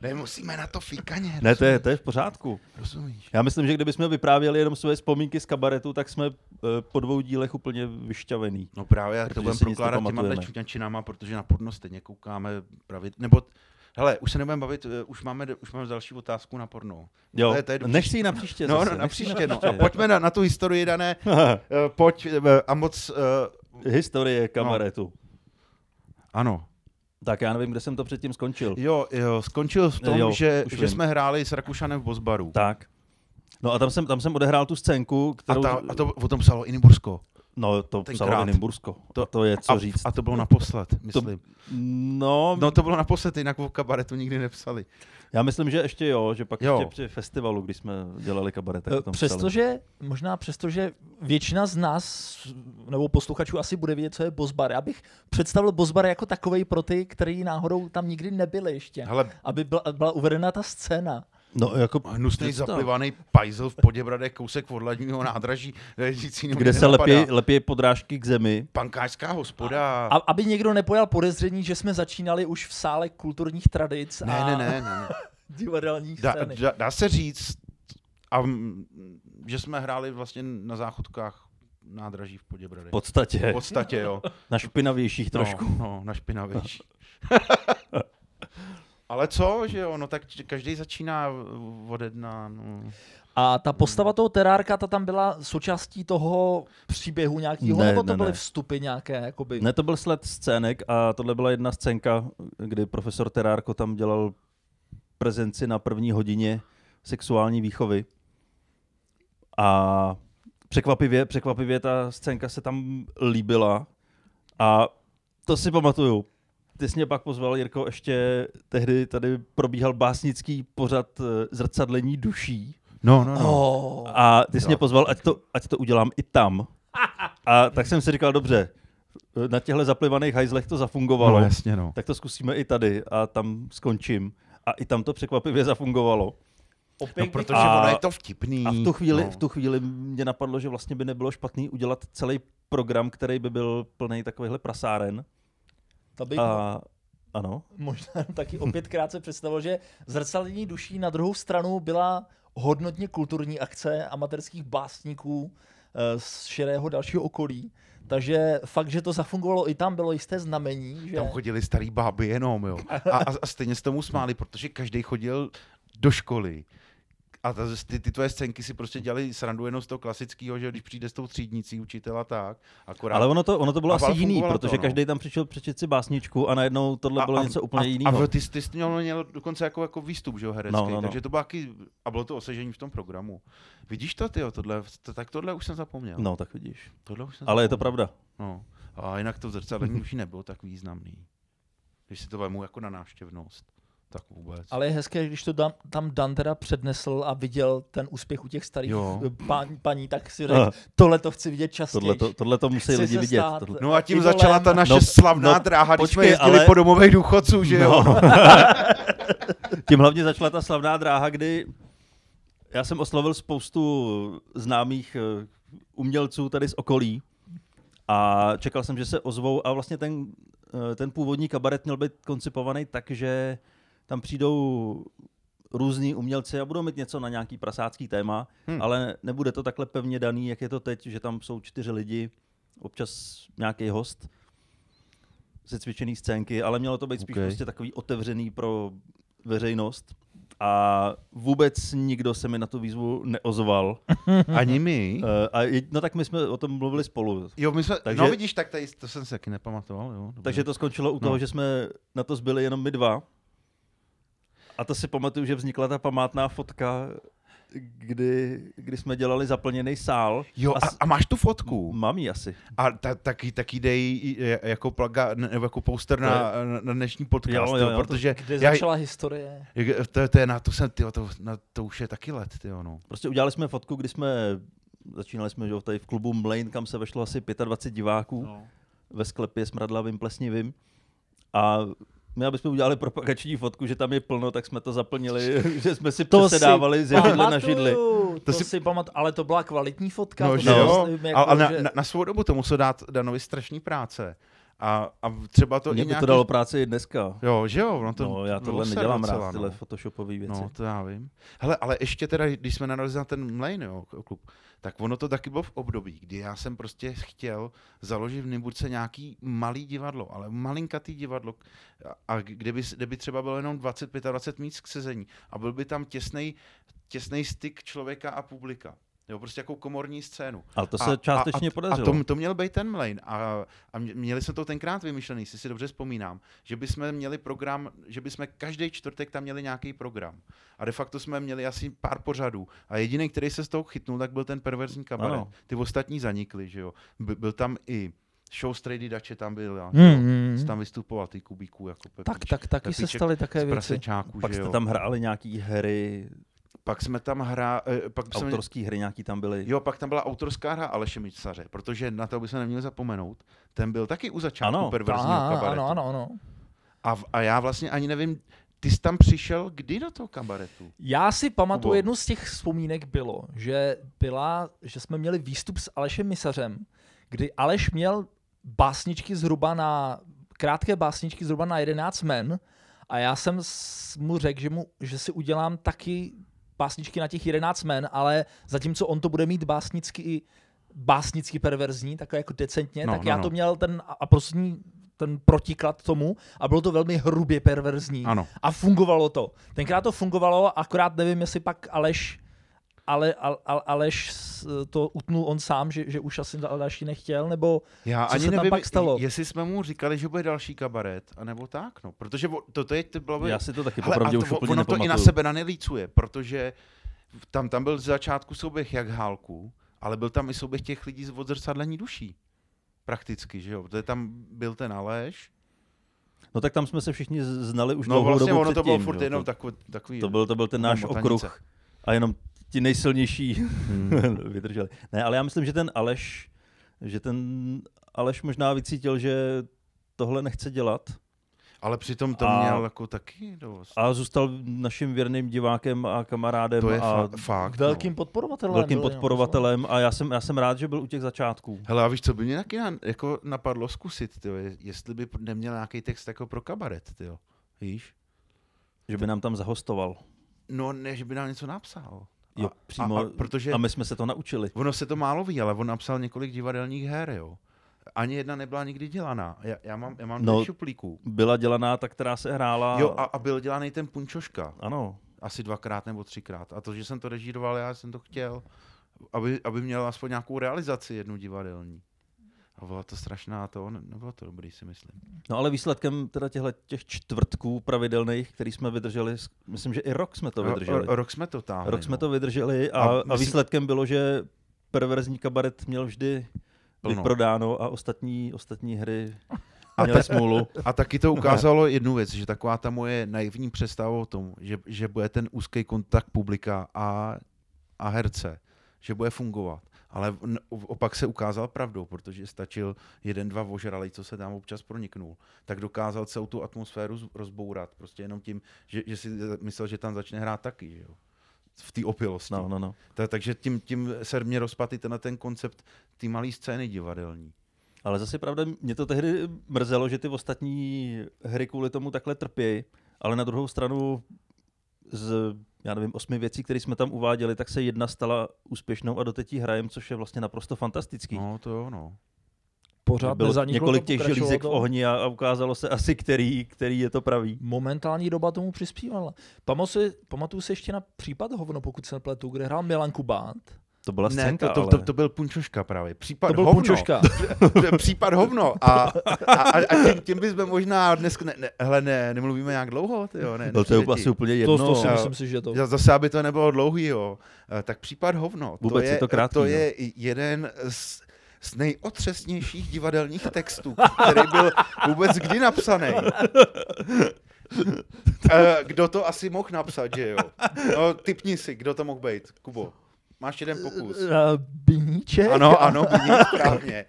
Speaker 1: Nemusíme na to fíkaně,
Speaker 3: Ne, to je, to je v pořádku.
Speaker 1: rozumíš?
Speaker 3: Já myslím, že kdybychom vyprávěli jenom své vzpomínky z kabaretu, tak jsme eh, po dvou dílech úplně vyšťavený.
Speaker 1: No právě, jak
Speaker 3: Protože
Speaker 1: to budeme
Speaker 3: si nic
Speaker 1: prokládat těma
Speaker 3: nepamatujeme.
Speaker 1: čuňačinama, protože na porno stejně koukáme pravit, nebo Hele, už se nebudeme bavit, eh, už máme, už máme další otázku na porno.
Speaker 3: Jo,
Speaker 1: to je, to je dobře.
Speaker 3: než si ji na příště
Speaker 1: No,
Speaker 3: zase,
Speaker 1: no, na
Speaker 3: nech si ji
Speaker 1: příště, no.
Speaker 3: příště.
Speaker 1: Pojďme na, na tu historii, dané. Eh, Pojď eh, a moc... eh,
Speaker 3: Historie kabaretu.
Speaker 1: No. Ano.
Speaker 3: Tak já nevím, kde jsem to předtím skončil.
Speaker 1: Jo, jo skončil v tom,
Speaker 3: Jo,
Speaker 1: jo, že,
Speaker 3: už
Speaker 1: že
Speaker 3: vím.
Speaker 1: jsme hráli s Rakušanem v Bozbaru.
Speaker 3: Tak. No a tam jsem, tam jsem odehrál tu scénku,
Speaker 1: A,
Speaker 3: kterou...
Speaker 1: ta, a to o tom psalo Inibursko.
Speaker 3: No, to
Speaker 1: Tenkrát.
Speaker 3: psalo Nymbursko. To, to je co
Speaker 1: a,
Speaker 3: říct.
Speaker 1: a to bylo naposled, myslím.
Speaker 3: No,
Speaker 1: No to bylo naposled, jinak o kabaretu nikdy nepsali.
Speaker 3: já myslím, že ještě jo, že pak
Speaker 1: Jo.
Speaker 3: ještě při festivalu, když jsme dělali kabaret,
Speaker 2: Eh,
Speaker 3: tak o tom psali.
Speaker 2: Přestože, možná přestože většina z nás nebo posluchačů asi bude vědět, co je Bozbar. Já bych představil Bozbar jako takovej pro ty, který náhodou tam nikdy nebyli ještě.
Speaker 1: Hele,
Speaker 2: Aby byla, byla uvedena ta scéna.
Speaker 3: No, jako
Speaker 1: hnusný
Speaker 3: Představ.
Speaker 1: zaplivaný pajzel v Poděbradech, kousek od ladního nádraží, eh, říct si
Speaker 3: kde se lepí, lepí podrážky k zemi.
Speaker 1: Pankářská hospoda.
Speaker 2: A, aby někdo nepojal podezření, že jsme začínali už v sále kulturních tradic
Speaker 1: Ne,
Speaker 2: a
Speaker 1: ne, ne, ne, ne.
Speaker 2: divadelních
Speaker 1: Dá,
Speaker 2: scény.
Speaker 1: dá, dá se říct, a, m, že jsme hráli vlastně na záchodkách nádraží v Poděbradech.
Speaker 3: V podstatě,
Speaker 1: v podstatě, jo.
Speaker 3: na špinavějších trošku.
Speaker 1: No, no na špinavější. Ale co, že jo, no tak každý začíná od jedna, no.
Speaker 2: A ta postava toho terárka, ta tam byla součástí toho příběhu nějakého,
Speaker 3: Ne,
Speaker 2: nebo to
Speaker 3: ne,
Speaker 2: byly
Speaker 3: ne.
Speaker 2: vstupy nějaké, jakoby...
Speaker 3: Ne, to byl sled scének a tohle byla jedna scénka, kdy profesor Terárko tam dělal prezenci na první hodině sexuální výchovy. A překvapivě, překvapivě ta scénka se tam líbila a to si pamatuju. Ty jsi mě pak pozval, Jirko, ještě tehdy tady probíhal básnický pořad eh, zrcadlení duší.
Speaker 1: No, no, no.
Speaker 2: Oh.
Speaker 3: A ty jsi
Speaker 1: Jo,
Speaker 3: mě pozval, ať to, ať to udělám i tam. A tak jsem si říkal, dobře, na těchto zaplivaných hajzlech to zafungovalo,
Speaker 1: no jasně, no.
Speaker 3: tak to zkusíme i tady a tam skončím. A i tam to překvapivě zafungovalo.
Speaker 1: No,
Speaker 2: Opět
Speaker 1: protože
Speaker 3: A-
Speaker 1: ono je to vtipný.
Speaker 3: A v tu chvíli,
Speaker 1: no.
Speaker 3: v tu chvíli mě napadlo, že vlastně by nebylo špatný udělat celý program, který by byl plný takovýchhle prasáren.
Speaker 2: to bych
Speaker 3: A ano,
Speaker 2: možná taky opětkrát se představil, že zrcadlení duší na druhou stranu byla hodnotně kulturní akce amatérských básníků eh, z širého dalšího okolí. Takže fakt, že to zafungovalo i tam, bylo jisté znamení, že...
Speaker 1: Tam chodili starý báby jenom, jo. A, a, a stejně se tomu smáli, protože každý chodil do školy. A ta, ty, ty tvoje scénky si prostě dělali srandu jenom z toho klasického, že když přijde s tou třídnicí učitel a tak. Akorát
Speaker 3: ale ono to, ono to bylo
Speaker 1: A
Speaker 3: asi
Speaker 1: ale
Speaker 3: jiný,
Speaker 1: fungovalo to,
Speaker 3: protože
Speaker 1: no.
Speaker 3: každý tam přišel přečet si básničku a najednou tohle bylo něco úplně
Speaker 1: a,
Speaker 3: jiného.
Speaker 1: A ty, ty jsi měl, měl dokonce jako, jako výstup, že jo, herecký,
Speaker 3: No, no, no.
Speaker 1: takže to bylo taky, a bylo to osežení v tom programu. Vidíš to, ty, tohle, to, tak tohle už jsem zapomněl.
Speaker 3: No tak vidíš.
Speaker 1: Tohle už jsem
Speaker 3: Ale je to
Speaker 1: zapomněl.
Speaker 3: pravda.
Speaker 1: No. A jinak to zrcadlení už nebylo tak významný. Když si to vemu jako na návštěvnost, tak vůbec.
Speaker 2: Ale je hezké, když to Dan, tam Dan teda přednesl a viděl ten úspěch u těch starých
Speaker 1: Jo.
Speaker 2: eh, pán, paní, tak si
Speaker 3: Aha.
Speaker 2: řekl, tohle to chci vidět častěji.
Speaker 3: Tohle to, tohle to musí
Speaker 2: Chci
Speaker 3: lidi
Speaker 2: se
Speaker 3: vidět.
Speaker 2: stát-
Speaker 3: Tohle.
Speaker 1: No a tím
Speaker 2: idolem.
Speaker 1: začala ta naše
Speaker 3: No,
Speaker 1: no, slavná
Speaker 3: no,
Speaker 1: no, dráha, když
Speaker 3: počkej,
Speaker 1: jsme jezdili
Speaker 3: ale-
Speaker 1: ale... po domových důchodců, že jo? No.
Speaker 3: Tím hlavně začala ta slavná dráha, kdy já jsem oslovil spoustu známých eh, umělců tady z okolí a čekal jsem, že se ozvou a vlastně ten, eh, ten původní kabaret měl být koncipovaný tak, že tam přijdou různí umělci a budou mít něco na nějaký prasácký téma, hmm.
Speaker 1: Hmm.
Speaker 3: ale nebude to takhle pevně daný, jak je to teď, že tam jsou čtyři lidi, občas nějaký host ze cvičený scénky, ale mělo to být spíš
Speaker 1: Ok.
Speaker 3: prostě takový otevřený pro veřejnost. A vůbec nikdo se mi na tu výzvu neozval.
Speaker 1: Ani my.
Speaker 3: Eh, A je- no tak my jsme o tom mluvili spolu.
Speaker 1: Jo, my jsme,
Speaker 3: Takže-
Speaker 1: no vidíš, tak tady, to jsem se taky nepamatoval, jo? Dobře.
Speaker 3: Takže to skončilo u toho, no.
Speaker 1: No.
Speaker 3: že jsme na to zbyli jenom my dva. A to si pamatuju, že vznikla ta památná fotka, kdy, kdy jsme dělali zaplněný sál.
Speaker 1: Jo, a,
Speaker 3: s-
Speaker 1: a máš tu fotku?
Speaker 3: Mám ji asi.
Speaker 1: A ta, taky, taky dej i- jako, plaga, nebo jako poster na, na dnešní podcast,
Speaker 3: Jo,
Speaker 1: jo,
Speaker 3: jo,
Speaker 1: jo,
Speaker 3: jo, to-
Speaker 1: protože
Speaker 2: Kde
Speaker 1: já,
Speaker 2: začala historie?
Speaker 1: jak- to, to, je na, to jsem, tyjo, to, na, to už je taky let, tyjo, no.
Speaker 3: Prostě udělali jsme fotku, kdy jsme začínali jsme že, jo, tady v klubu Mlane, kam se vešlo asi 25 diváků.
Speaker 1: no.
Speaker 3: ve sklepě s mradlavým plesnivým. A my, abychom udělali propagační fotku, že tam je plno, tak jsme to zaplnili, že jsme si to přesedávali z židle na židli.
Speaker 2: To, to
Speaker 1: si-
Speaker 2: si, si pamat, ale to byla kvalitní fotka.
Speaker 1: No,
Speaker 2: to
Speaker 1: že
Speaker 2: si
Speaker 1: jo,
Speaker 2: myslím, jako,
Speaker 1: ale na,
Speaker 2: že-
Speaker 1: na, na svou dobu to muselo dát Danovi strašný práce. A, a třeba to
Speaker 3: Mně
Speaker 1: i
Speaker 3: by
Speaker 1: nějaký...
Speaker 3: to dalo práci i dneska.
Speaker 1: Jo, že jo, no to...
Speaker 3: No, já
Speaker 1: to
Speaker 3: tohle
Speaker 1: bylo
Speaker 3: nedělám
Speaker 1: docela,
Speaker 3: rád,
Speaker 1: no.
Speaker 3: tyhle photoshopové věci.
Speaker 1: No, to já vím. Hele, ale ještě teda, když jsme narazili na ten Mlejn, jo, klub, tak ono to taky bylo v období, kdy já jsem prostě chtěl založit v Nymburce nějaký malý divadlo, ale malinkatý divadlo, k- a- a kde by, s- kde by třeba bylo jenom 20, 25 míst k sezení a byl by tam těsnej, těsnej styk člověka a publika. Nebo prostě jako komorní scénu.
Speaker 3: Ale to se
Speaker 1: a,
Speaker 3: částečně
Speaker 1: a, a,
Speaker 3: podařilo.
Speaker 1: A to, to měl být ten Mlane. A, a mě- měli jsme to tenkrát vymyšlený, jestli si dobře vzpomínám, že bychom měli program, že bychom každý čtvrtek tam měli nějaký program. A de facto jsme měli asi pár pořadů. A jediný, který se z toho chytnul, tak byl ten perverzní kabaret.
Speaker 3: Ano.
Speaker 1: Ty ostatní zanikly, že jo. By, byl tam i show z Trady Dače tam byl,
Speaker 3: Hmm.
Speaker 1: mm.
Speaker 2: Mm.
Speaker 1: tam vystupoval ty kubíků jako Pepíč,
Speaker 2: Tak, tak, taky se
Speaker 1: Pepíček
Speaker 2: staly také
Speaker 1: z
Speaker 2: věci.
Speaker 1: prasečáku,
Speaker 3: Pak
Speaker 1: že
Speaker 3: jste
Speaker 1: jo.
Speaker 3: tam hráli nějaký hry,
Speaker 1: Pak jsme tam hra, eh, pak jsme,
Speaker 3: autorský hry nějaký tam byly.
Speaker 1: Jo, pak tam byla autorská hra Aleše Mičsaře, protože na to by se neměl zapomenout. Ten byl taky u začátku
Speaker 3: Ano,
Speaker 1: ano, perverzního
Speaker 2: Aha,
Speaker 1: kabaretu.
Speaker 2: ano, ano, ano.
Speaker 1: A, v- a já vlastně ani nevím, ty jsi tam přišel kdy do toho kabaretu?
Speaker 2: Já si pamatuju,
Speaker 1: Kubo.
Speaker 2: jednu z těch vzpomínek bylo, že, byla, že jsme měli výstup s Alešem Misařem, kdy Aleš měl básničky zhruba na, krátké básničky zhruba na 11 men a já jsem s- mu řekl, že, mu, že si udělám taky básničky na těch 11 men, ale zatímco on to bude mít básnicky i básnicky perverzní, tak jako decentně,
Speaker 1: No,
Speaker 2: tak
Speaker 1: no,
Speaker 2: já
Speaker 1: no.
Speaker 2: to měl ten a- aprostní ten protiklad tomu a bylo to velmi hrubě perverzní.
Speaker 1: Ano.
Speaker 2: A fungovalo to. Tenkrát to fungovalo, akorát nevím, jestli pak Aleš, ale, ale, Aleš s- to utnul on sám, že, že už asi dal další nechtěl, nebo
Speaker 1: Já
Speaker 2: Co
Speaker 1: ani
Speaker 2: se tam
Speaker 1: nevím,
Speaker 2: pak stalo?
Speaker 1: jestli jsme mu říkali, že bude další kabaret, anebo tak, no. Protože o- to teď to bylo...
Speaker 3: Já si to taky
Speaker 1: Hele, a
Speaker 3: popravdě
Speaker 1: to,
Speaker 3: už úplně
Speaker 1: ono to i na
Speaker 3: nepamatuju.
Speaker 1: sebe nanelícuje, protože tam, tam byl z začátku souběh jak hálku, ale byl tam i souběh těch lidí z odzrcadlení duší. Prakticky, že jo? Protože tam byl ten Aleš,
Speaker 3: No tak tam jsme se všichni z- znali už
Speaker 1: No
Speaker 3: dlouhou
Speaker 1: vlastně
Speaker 3: dobu
Speaker 1: ono to
Speaker 3: předtím,
Speaker 1: bylo
Speaker 3: jo.
Speaker 1: furt jenom
Speaker 3: to,
Speaker 1: takový, takový
Speaker 3: to, byl, to byl ten náš
Speaker 1: motanice.
Speaker 3: okruh a jenom ti nejsilnější vydrželi. Ne, ale já myslím, že ten Aleš, že ten Aleš možná vycítil, že tohle nechce dělat
Speaker 1: Ale přitom to
Speaker 3: A-
Speaker 1: měl jako taky dost.
Speaker 3: a zůstal naším věrným divákem a kamarádem
Speaker 1: To je
Speaker 3: a
Speaker 1: fa- fakt.
Speaker 2: velkým jako
Speaker 1: no.
Speaker 2: podporovatelem.
Speaker 3: velkým
Speaker 2: byl jenom,
Speaker 3: podporovatelem a já jsem, já jsem rád, že byl u těch začátků.
Speaker 1: Hele, a víš, co by mě taky na, jako napadlo zkusit, tyjo, je- jestli by neměl nějaký text jako pro kabaret, tyjo. víš?
Speaker 3: Že by nám tam zahostoval.
Speaker 1: No ne, že by nám něco napsal. A-
Speaker 3: Jo, přímo,
Speaker 1: a, a, protože
Speaker 3: a my jsme se to naučili.
Speaker 1: ono se to málo ví, ale on napsal několik divadelních her, jo. Ani jedna nebyla nikdy dělaná. Já, já mám, já mám
Speaker 3: No.
Speaker 1: no, šuplíků.
Speaker 3: Byla dělaná ta, která se hrála.
Speaker 1: Jo, a, a byl dělaný ten punčoška.
Speaker 3: Ano,
Speaker 1: asi dvakrát nebo třikrát. A to, že jsem to režíroval, já jsem to chtěl, aby, aby měl aspoň nějakou realizaci jednu divadelní. A byla to strašná to, ne- nebylo to dobrý, si myslím.
Speaker 3: No ale výsledkem teda těchto těch čtvrtků pravidelných, který jsme vydrželi, s- myslím, že i rok jsme to vydrželi.
Speaker 1: Ro- ro- rok jsme to táhli.
Speaker 3: Rok jsme
Speaker 1: no.
Speaker 3: to vydrželi
Speaker 1: A
Speaker 3: a, a
Speaker 1: myslím-
Speaker 3: výsledkem bylo, že perverzní kabaret měl vždy
Speaker 1: Plno.
Speaker 3: vyprodáno a ostatní, ostatní hry
Speaker 1: A
Speaker 3: měly
Speaker 1: tak-
Speaker 3: smůlu.
Speaker 1: A taky to ukázalo jednu věc, že taková ta moje naivní představa o tom, že, že bude ten úzký kontakt publika a, a herce, že bude fungovat. Ale n- opak se ukázal pravdou, protože stačil jeden, dva ožralej, co se tam občas proniknul, tak dokázal celou tu atmosféru z- rozbourat. Prostě jenom tím, že, že si myslel, že tam začne hrát taky, že jo? V té opilosti.
Speaker 3: No, no, no.
Speaker 1: Ta, takže tím, tím se mě rozpadl i tenhle ten koncept té malé scény divadelní.
Speaker 3: Ale zase pravda, mě to tehdy mrzelo, že ty ostatní hry kvůli tomu takhle trpějí, ale na druhou stranu z, já nevím, osmi věcí, které jsme tam uváděli, tak se jedna stala úspěšnou a doteď ji hrajem, což je vlastně naprosto fantastický.
Speaker 1: No to jo, no.
Speaker 2: Pořád
Speaker 3: bylo
Speaker 2: nezaniklo,
Speaker 3: několik
Speaker 2: to
Speaker 3: těch
Speaker 2: pokračovalo
Speaker 3: žilízek v
Speaker 2: to.
Speaker 3: ohni a, a ukázalo se asi, který, který je to pravý.
Speaker 2: Momentální doba tomu přispívala. Pamatuju si, pamatuju si ještě na případ Hovno, pokud se nepletu, kde hrál Milan Kubát.
Speaker 3: To byla
Speaker 1: Ne,
Speaker 3: scénka,
Speaker 1: to, to,
Speaker 3: ale...
Speaker 1: to, to byl punčoška právě. Případ
Speaker 2: To byl
Speaker 1: hovno.
Speaker 2: Punčoška.
Speaker 1: Případ hovno. A, a, a, a tím, tím bychom možná dnes... Ne, ne, hele, ne, nemluvíme nějak dlouho, tyjo, ne,
Speaker 3: No, to je
Speaker 1: nepřijetí.
Speaker 3: asi úplně
Speaker 2: To,
Speaker 3: jedno.
Speaker 2: to si
Speaker 1: a-
Speaker 2: myslím si, že to...
Speaker 1: Za- Zase, aby to nebylo dlouhý, jo. Eh, Tak případ hovno.
Speaker 3: Vůbec
Speaker 1: to
Speaker 3: je
Speaker 1: je,
Speaker 3: to krátký,
Speaker 1: To
Speaker 3: no.
Speaker 1: je jeden z, z nejotřesnějších divadelních textů, který byl vůbec kdy napsaný. Eh, Kdo to asi mohl napsat, že jo? No, typni si, kdo to mohl být. Kubo, máš jeden pokus.
Speaker 2: Eh, Biníček?
Speaker 1: Ano, ano, vidím správně.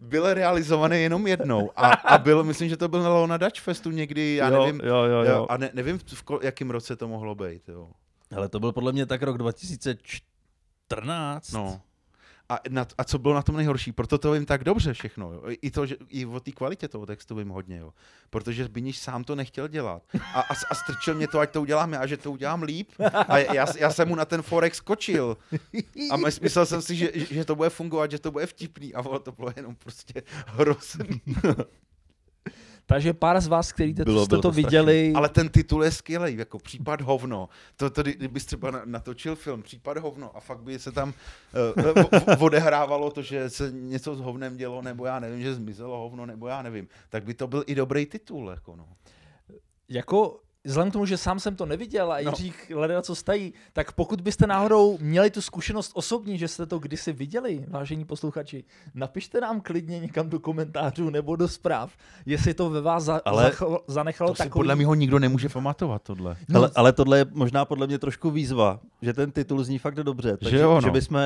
Speaker 1: Byl realizovaný jenom jednou a, a byl, myslím, že to byl na Leona Dutch Festu někdy, já
Speaker 3: jo,
Speaker 1: nevím,
Speaker 3: jo, jo, jo.
Speaker 1: a ne, nevím, v ko, jakým roce to mohlo být, jo.
Speaker 3: Ale to byl podle mě tak rok 2014.
Speaker 1: No. A, na, a co bylo na tom nejhorší? Proto to vím tak dobře všechno. Jo. I, to, že, I o té kvalitě toho textu vím hodně. Jo. Protože Biniš sám to nechtěl dělat. A, a, a strčil mě to, ať to udělám já, že to udělám líp. A já, já jsem mu na ten forex skočil. A mys- myslel jsem si, že, že to bude fungovat, že to bude vtipný. A ono to bylo jenom prostě hrozný.
Speaker 2: Takže pár z vás, kteří
Speaker 3: Bylo-
Speaker 2: to, jste
Speaker 3: bylo
Speaker 2: to
Speaker 3: to strašný.
Speaker 2: viděli,
Speaker 1: Ale ten titul je skvělý, jako případ hovno. To tady, kdybys třeba na- natočil film Případ hovno a fakt by se tam uh, odehrávalo to, že se něco s hovnem dělo, nebo já nevím, že zmizelo hovno, nebo já nevím, tak by to byl i dobrý titul. Jako no.
Speaker 2: jako vzhledem k tomu, že sám jsem to neviděl a
Speaker 1: No.
Speaker 2: Jiřík no. hledá, co stají, tak pokud byste náhodou měli tu zkušenost osobní, že jste to kdysi viděli, vážení posluchači, napište nám klidně někam do komentářů nebo do zpráv, jestli to ve vás za-
Speaker 3: Ale
Speaker 2: zacho- zanechalo
Speaker 1: To si
Speaker 2: No, takový...
Speaker 1: podle mého nikdo nemůže pamatovat tohle.
Speaker 2: No.
Speaker 3: Ale, ale tohle je možná podle mě trošku výzva, že ten titul zní fakt dobře. Takže,
Speaker 1: jo, no.
Speaker 3: že bychom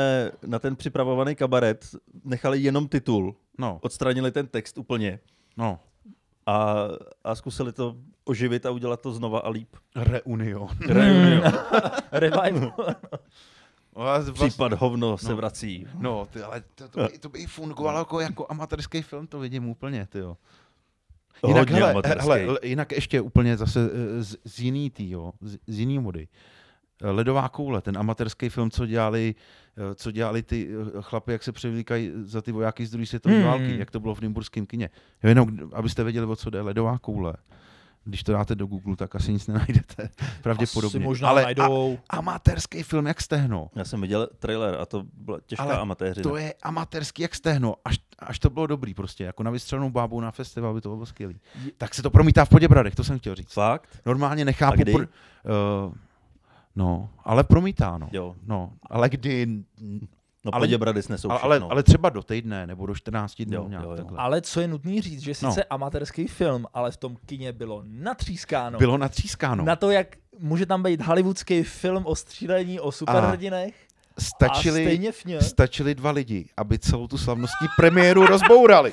Speaker 3: na ten připravovaný kabaret nechali jenom titul,
Speaker 1: No,
Speaker 3: odstranili ten text úplně
Speaker 1: no.
Speaker 3: a, a zkusili to oživit a udělat to znova a líp. Hmm.
Speaker 1: Reunion.
Speaker 2: Revival.
Speaker 1: No, a vlastně-
Speaker 3: Případ hovno se vrací.
Speaker 1: No, ty, ale to, to, by, to by fungovalo jako, jako amatérský film, to vidím úplně, ty jo. Jinak,
Speaker 3: Hodně
Speaker 1: hele,
Speaker 3: amatérský.
Speaker 1: hele, l- jinak ještě úplně zase eh, z, z jiný tý, jo, z, z jiný mody. Eh, Ledová koule, ten amatérský film, co dělali, eh, co dělali ty eh, chlapy, jak se převlíkají za ty vojáky z druhé světové
Speaker 2: Hmm.
Speaker 1: hmm. války, jak to bylo v Nymburském kině. Jo, jenom, kd- abyste věděli, o co jde, Ledová koule. Když to dáte do Google, tak asi nic nenajdete, pravděpodobně.
Speaker 2: Asi možná
Speaker 1: Ale a,
Speaker 2: najdou...
Speaker 1: amatérský film, jak stehno.
Speaker 3: Já jsem viděl trailer a to byla těžká
Speaker 1: Ale
Speaker 3: amatéřina.
Speaker 1: To je amatérský jak stehno, až, až to bylo dobrý prostě, jako na vystřelenou bábu na festival by to bylo skvělý. Tak se to promítá v Poděbradech, to jsem chtěl říct.
Speaker 3: Fakt?
Speaker 1: Normálně nechápu,
Speaker 3: A kdy?
Speaker 1: uh, no, ale promítá, no.
Speaker 3: Jo.
Speaker 1: No, ale kdy,
Speaker 3: No
Speaker 1: Ale-
Speaker 3: ale, Poděbrady snesou
Speaker 1: ale,
Speaker 3: všechno.
Speaker 1: ale, ale třeba do týdne nebo do 14 dnů
Speaker 3: Jo,
Speaker 1: nějak
Speaker 3: jo, jo.
Speaker 1: takhle.
Speaker 2: Ale co je nutný říct, že
Speaker 1: No.
Speaker 2: sice amatérský film, ale v tom kině bylo natřískáno.
Speaker 3: no.
Speaker 1: Bylo no. natřískáno.
Speaker 2: Na to, jak může tam být hollywoodský film o střílení, o superhrdinech a
Speaker 1: Stačili,
Speaker 2: stejně fně.
Speaker 1: stačili dva lidi, aby celou tu slavnostní premiéru rozbourali.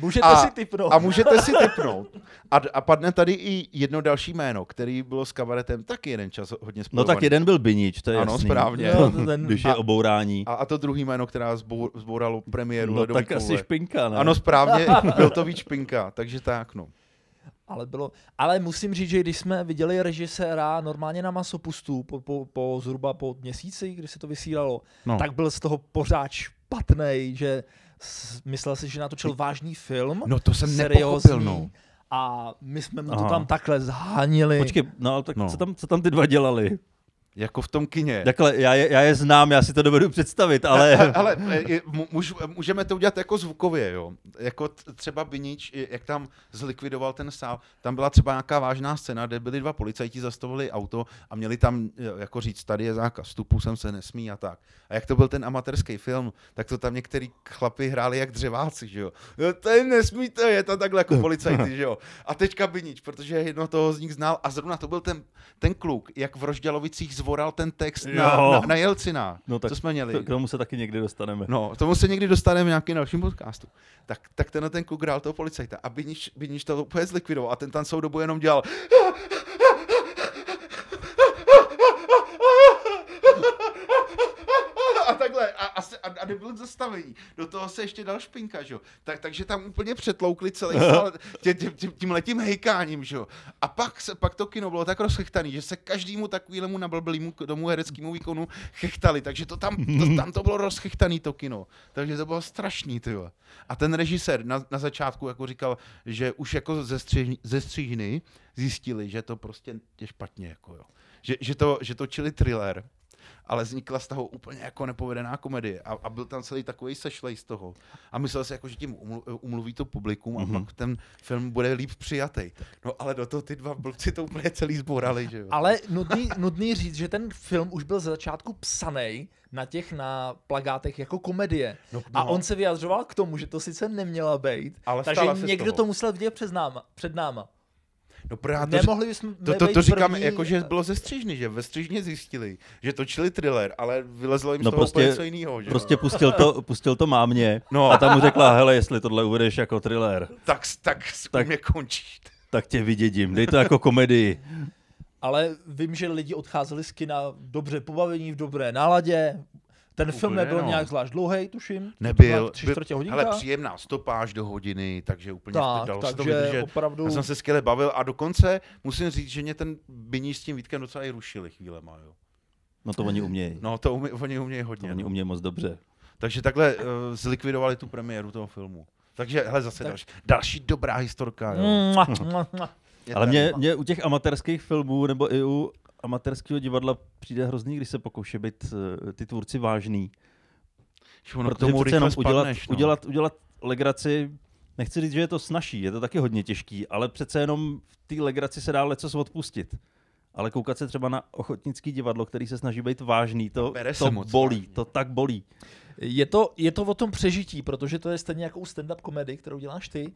Speaker 2: Můžete
Speaker 1: A-
Speaker 2: si
Speaker 3: No.
Speaker 2: typnout.
Speaker 1: A můžete si typnout. A, a padne tady i jedno další jméno, který bylo s kabaretem taky jeden čas hodně
Speaker 3: No
Speaker 1: spojovaný.
Speaker 3: tak jeden byl Binič, to je
Speaker 1: Ano,
Speaker 3: jasný.
Speaker 1: správně.
Speaker 2: Jo, to ten-
Speaker 3: Když je obourání.
Speaker 1: A, a to druhý jméno, která zbou, zbouralo premiéru
Speaker 3: No
Speaker 1: Ledové
Speaker 3: tak asi
Speaker 1: koule.
Speaker 3: špinka, ne?
Speaker 1: Ano, správně, byl to víc špinka, takže tak, no.
Speaker 2: Ale, bylo, ale musím říct, že když jsme viděli režiséra normálně na masopustu po, po, po zhruba po měsíci, kdy se to vysílalo,
Speaker 1: no.
Speaker 2: tak byl z toho pořád špatný, že s- myslel si, že natočil vážný film.
Speaker 1: no to jsem
Speaker 2: seriózní,
Speaker 1: nepochopil, no.
Speaker 2: A my jsme mu to
Speaker 3: Aha.
Speaker 2: tam takhle zhánili.
Speaker 3: Počkej, no ale tak
Speaker 1: No.
Speaker 3: Co, tam, co tam ty dva dělali?
Speaker 1: Jako v tom kině.
Speaker 3: Takhle, já, je- já je znám, já si to dovedu představit, ale...
Speaker 1: Ale e, můž, můžeme to udělat jako zvukově, jo. Jako t- třeba Binič, i jak tam zlikvidoval ten sál, tam byla třeba nějaká vážná scéna, kde byli dva policajti, zastavili auto a měli tam jo, jako říct, tady je zákaz vstupu, sem se nesmí a tak. A jak to byl ten amatérský film, tak to tam některý chlapy hráli jak dřeváci, že jo. No, tady nesmíte, je to takhle jako policajti, že jo. A teďka Binič, protože jedno toho z nich znal a zrovna to byl ten, ten kluk, jak v Rožďalovicích zvoral ten text na,
Speaker 3: Jo.
Speaker 1: na, na Jelcina.
Speaker 3: No tak
Speaker 1: co jsme měli?
Speaker 3: K tomu se taky někdy dostaneme.
Speaker 1: No, k tomu se někdy dostaneme v nějakým dalším podcastu. Tak, tak tenhle ten kluk hrál toho policajta a Binič, Binič to úplně zlikvidoval a ten tam celou dobu jenom dělal a takhle a, a, se- a, a nebyl zastavení. Do toho se ještě dal špinka, že jo. Tak, takže tam úplně přetloukli celý sál tě- tě- tě- tím letím hejkáním, že jo. A pak, se, pak to kino bylo tak rozchechtaný, že se každému takovému nablblýmu k tomu hereckému výkonu chechtali, takže to tam, to, tam to bylo rozchechtaný to kino. Takže to bylo strašný, ty jo. A ten režisér na, na začátku jako říkal, že už jako ze, střih, ze střihny zjistili, že to prostě je špatně, jako jo. Že, že, to, že točili thriller, ale vznikla z toho úplně jako nepovedená komedie a, a byl tam celý takový sešlej z toho. A myslel si, jako, že tím umlu- umluví to publikum
Speaker 3: Mhm.
Speaker 1: a mm-hmm. pak ten film bude líp přijatý. No ale do toho ty dva blbci to úplně celý zborali, že jo.
Speaker 2: Ale nutný, nutný říct, že ten film už byl ze začátku psaný na těch na plagátech jako komedie.
Speaker 1: No,
Speaker 2: A
Speaker 1: no.
Speaker 2: on se vyjadřoval k tomu, že to sice neměla být,
Speaker 1: Ale
Speaker 2: takže
Speaker 1: stala se z
Speaker 2: někdo
Speaker 1: toho.
Speaker 2: to musel vidět před náma. Před náma.
Speaker 1: No právě já to, řek-
Speaker 2: Nemohli jsme
Speaker 1: to, to,
Speaker 2: být
Speaker 1: to říkám,
Speaker 2: první,
Speaker 1: jako, že bylo ze střižny, že ve střižně zjistili, že točili thriller, ale vylezlo jim
Speaker 3: No
Speaker 1: z toho prostě,
Speaker 3: prostě-
Speaker 1: něco jiného, že jo.
Speaker 3: Prostě pustil to, pustil to mámě
Speaker 1: No.
Speaker 3: no. a tam mu řekla, hele, jestli tohle uvedeš jako thriller,
Speaker 1: Tak, tak, tak.
Speaker 3: Tak-
Speaker 1: mě končí.
Speaker 3: tak tě vydědím, dej to jako komedii.
Speaker 2: Ale vím, že lidi odcházeli z kina dobře pobavení, v dobré náladě. Ten Úplně film
Speaker 1: Úplně
Speaker 2: nebyl
Speaker 1: no.
Speaker 2: no. nějak zvlášť dlouhý, tuším.
Speaker 1: Nebyl.
Speaker 2: Tři
Speaker 1: byl-
Speaker 2: čtvrtě hodinka.
Speaker 1: Hele, příjemná stopáž do hodiny, takže úplně
Speaker 2: Tak,
Speaker 1: tak, dalo se to
Speaker 2: takže
Speaker 1: vydržet.
Speaker 2: opravdu-
Speaker 1: Já jsem se skvěle bavil a dokonce musím říct, že mě ten Biníš s tím Vítkem docela i rušili chvílema, jo.
Speaker 3: No to oni umějí. No.
Speaker 1: No to umí, oni umějí hodně.
Speaker 3: Oni
Speaker 1: no.
Speaker 3: umějí moc dobře.
Speaker 1: Takže takhle uh, zlikvidovali tu premiéru toho filmu. Takže hele zase další, další dobrá historka. Jo.
Speaker 2: Mua, mua, mua.
Speaker 1: Je
Speaker 3: Ale
Speaker 1: tady-
Speaker 3: mě, mě u těch amatérských filmů nebo i u amatérského divadla přijde hrozný, když se pokouší být eh, ty tvůrci vážný.
Speaker 1: Že ono k
Speaker 3: protože
Speaker 1: tomu
Speaker 3: přece jenom
Speaker 1: rychle
Speaker 3: udělat,
Speaker 1: spadneš, no.
Speaker 3: udělat, udělat legraci, nechci říct, že je to snaží, je to taky hodně těžký, ale přece jenom v té legraci se dá lecos odpustit. Ale koukat se třeba na ochotnický divadlo, který se snaží být vážný, to,
Speaker 1: Bere se
Speaker 3: to
Speaker 1: moc
Speaker 3: bolí,
Speaker 1: vážně.
Speaker 3: to tak bolí.
Speaker 2: Je to, je to o tom přežití, protože to je stejně jako u stand-up komedy, kterou děláš ty.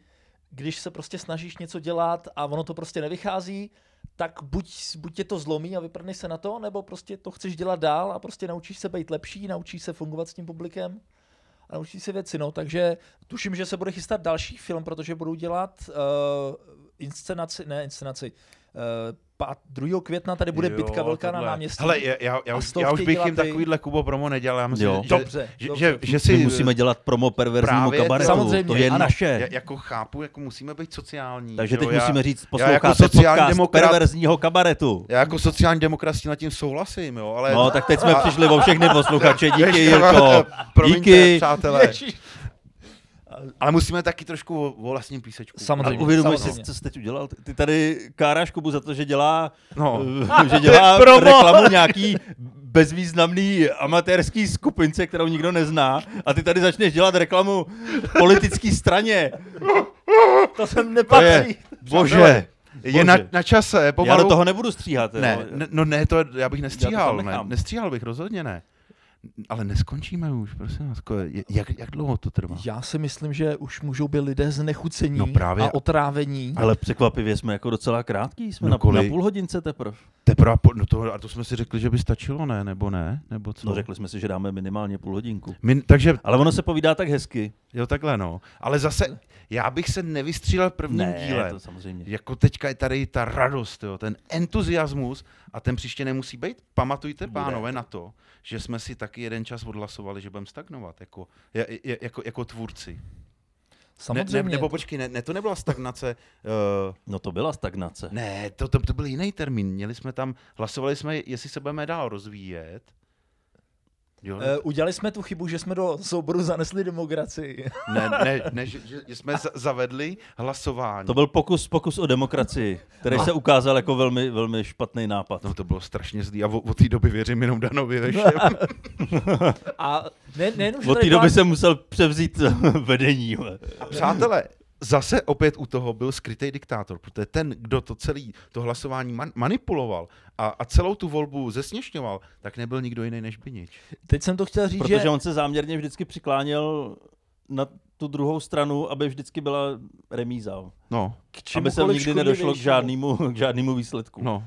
Speaker 2: Když se prostě snažíš něco dělat a ono to prostě nevychází, tak buď, buď tě to zlomí a vyprdni se na to, nebo prostě to chceš dělat dál a prostě naučíš se být lepší, naučíš se fungovat s tím publikem a naučíš se věci. No. Takže tuším, že se bude chystat další film, protože budou dělat uh, inscenaci, ne inscenaci, uh, 2. května tady bude
Speaker 1: Jo,
Speaker 2: jo, bitka velká na
Speaker 1: tohle.
Speaker 2: náměstí.
Speaker 1: Hele, já, já, já,
Speaker 2: A
Speaker 1: už, já
Speaker 2: stovky
Speaker 1: už bych jim
Speaker 2: dělat ty-
Speaker 1: takovýhle Kubo promo nedělal. Já myslím,
Speaker 3: Jo.
Speaker 1: že,
Speaker 2: Dobře,
Speaker 1: že,
Speaker 2: dobře.
Speaker 1: Že, že si,
Speaker 3: My musíme dělat promo perverznímu
Speaker 1: právě,
Speaker 3: kabaretu,
Speaker 2: Samozřejmě,
Speaker 3: to je
Speaker 2: ano.
Speaker 3: naše.
Speaker 1: já, jako chápu, jako musíme být sociální.
Speaker 3: Takže
Speaker 1: že
Speaker 3: teď
Speaker 1: jo, já,
Speaker 3: musíme říct,
Speaker 1: já jako
Speaker 3: posloucháte
Speaker 1: sociální
Speaker 3: podcast
Speaker 1: demokrat-
Speaker 3: perverzního kabaretu.
Speaker 1: Já jako sociální demokrat s tím- nad tím souhlasím, jo, ale...
Speaker 3: No, tak teď jsme přišli o všechny posluchače, díky
Speaker 1: Ještě-
Speaker 3: Jirko,
Speaker 1: Promiňte,
Speaker 3: díky.
Speaker 1: přátelé. Ale musíme taky trošku o, o vlastním písečku.
Speaker 3: A
Speaker 2: Samozřejmě.
Speaker 3: uvědomuji si,
Speaker 2: samozřejmě.
Speaker 3: co jsi teď udělal. Ty tady káráš Kubu za to, že dělá,
Speaker 1: No.
Speaker 3: eh, že dělá
Speaker 2: Promo.
Speaker 3: reklamu nějaký bezvýznamný amatérský skupince, kterou nikdo nezná. A ty tady začneš dělat reklamu politické straně.
Speaker 2: To sem
Speaker 3: To je,
Speaker 2: nepatří.
Speaker 3: bože.
Speaker 1: Je na,
Speaker 3: Bože.
Speaker 1: na čase,
Speaker 3: Já
Speaker 1: pomalu...
Speaker 3: do toho nebudu stříhat. jo.
Speaker 1: Ne, ne, no ne, to já bych nestříhal, ne,
Speaker 3: nechám.
Speaker 1: nestříhal bych, rozhodně ne. Ale neskončíme už, prosím vás, ko- je- jak, jak dlouho to
Speaker 3: No.
Speaker 1: trvá?
Speaker 2: Já si myslím, že už můžou být lidé znechucení
Speaker 1: No právě.
Speaker 2: a otrávení.
Speaker 3: Ale překvapivě jsme jako docela krátký, jsme
Speaker 1: No
Speaker 3: na, na
Speaker 1: kolik?
Speaker 3: půl hodince teprve.
Speaker 1: Teprve, po, no to, a to jsme si řekli, že by stačilo, ne, nebo ne, nebo co?
Speaker 3: No řekli jsme si, že dáme minimálně půl hodinku.
Speaker 1: My, takže,
Speaker 3: Ale ono se povídá tak hezky.
Speaker 1: jo takhle no, ale zase, já bych se nevystřílel prvním dílem.
Speaker 3: to samozřejmě.
Speaker 1: Jako teďka je tady ta radost, jo, ten entuziasmus a ten příště nemusí být. Pamatujte,
Speaker 3: Bude.
Speaker 1: pánové, na to, že jsme si taky jeden čas odhlasovali, že budeme stagnovat jako, je, je, jako, jako tvůrci. Ne,
Speaker 2: Samozřejmě.
Speaker 1: ne, nebo počkej, ne, ne, to nebyla stagnace. Uh,
Speaker 3: No to byla stagnace.
Speaker 1: ne, to, to, to byl jiný termín. Měli jsme tam, hlasovali jsme, jestli se budeme dál rozvíjet. Jo,
Speaker 2: Eh, udělali jsme tu chybu, že jsme do souboru zanesli demokracii.
Speaker 1: ne, ne, ne že, že jsme za- zavedli hlasování.
Speaker 3: To byl pokus, pokus o demokracii, který se ukázal jako velmi, velmi špatný nápad.
Speaker 1: No to bylo strašně zlý a o- od té doby věřím jenom Danovi ve všem.
Speaker 2: A ne, nejenom, že
Speaker 3: Od
Speaker 2: tady
Speaker 3: té
Speaker 2: byla-
Speaker 3: doby jsem musel převzít vedení. vole.
Speaker 1: Přátelé, zase opět u toho byl skrytý diktátor, protože ten, kdo to celý to hlasování man- manipuloval a, a celou tu volbu zesměšňoval, tak nebyl nikdo jiný než Binič.
Speaker 2: Teď jsem to chtěl říct, že...
Speaker 3: Protože on se záměrně vždycky přikláněl na tu druhou stranu, aby vždycky byla remíza.
Speaker 1: No,
Speaker 2: K
Speaker 3: Aby se
Speaker 2: čemukoliv
Speaker 3: nikdy nedošlo k
Speaker 2: škodlivějšímu.
Speaker 3: žádnému, k žádnému výsledku.
Speaker 1: no.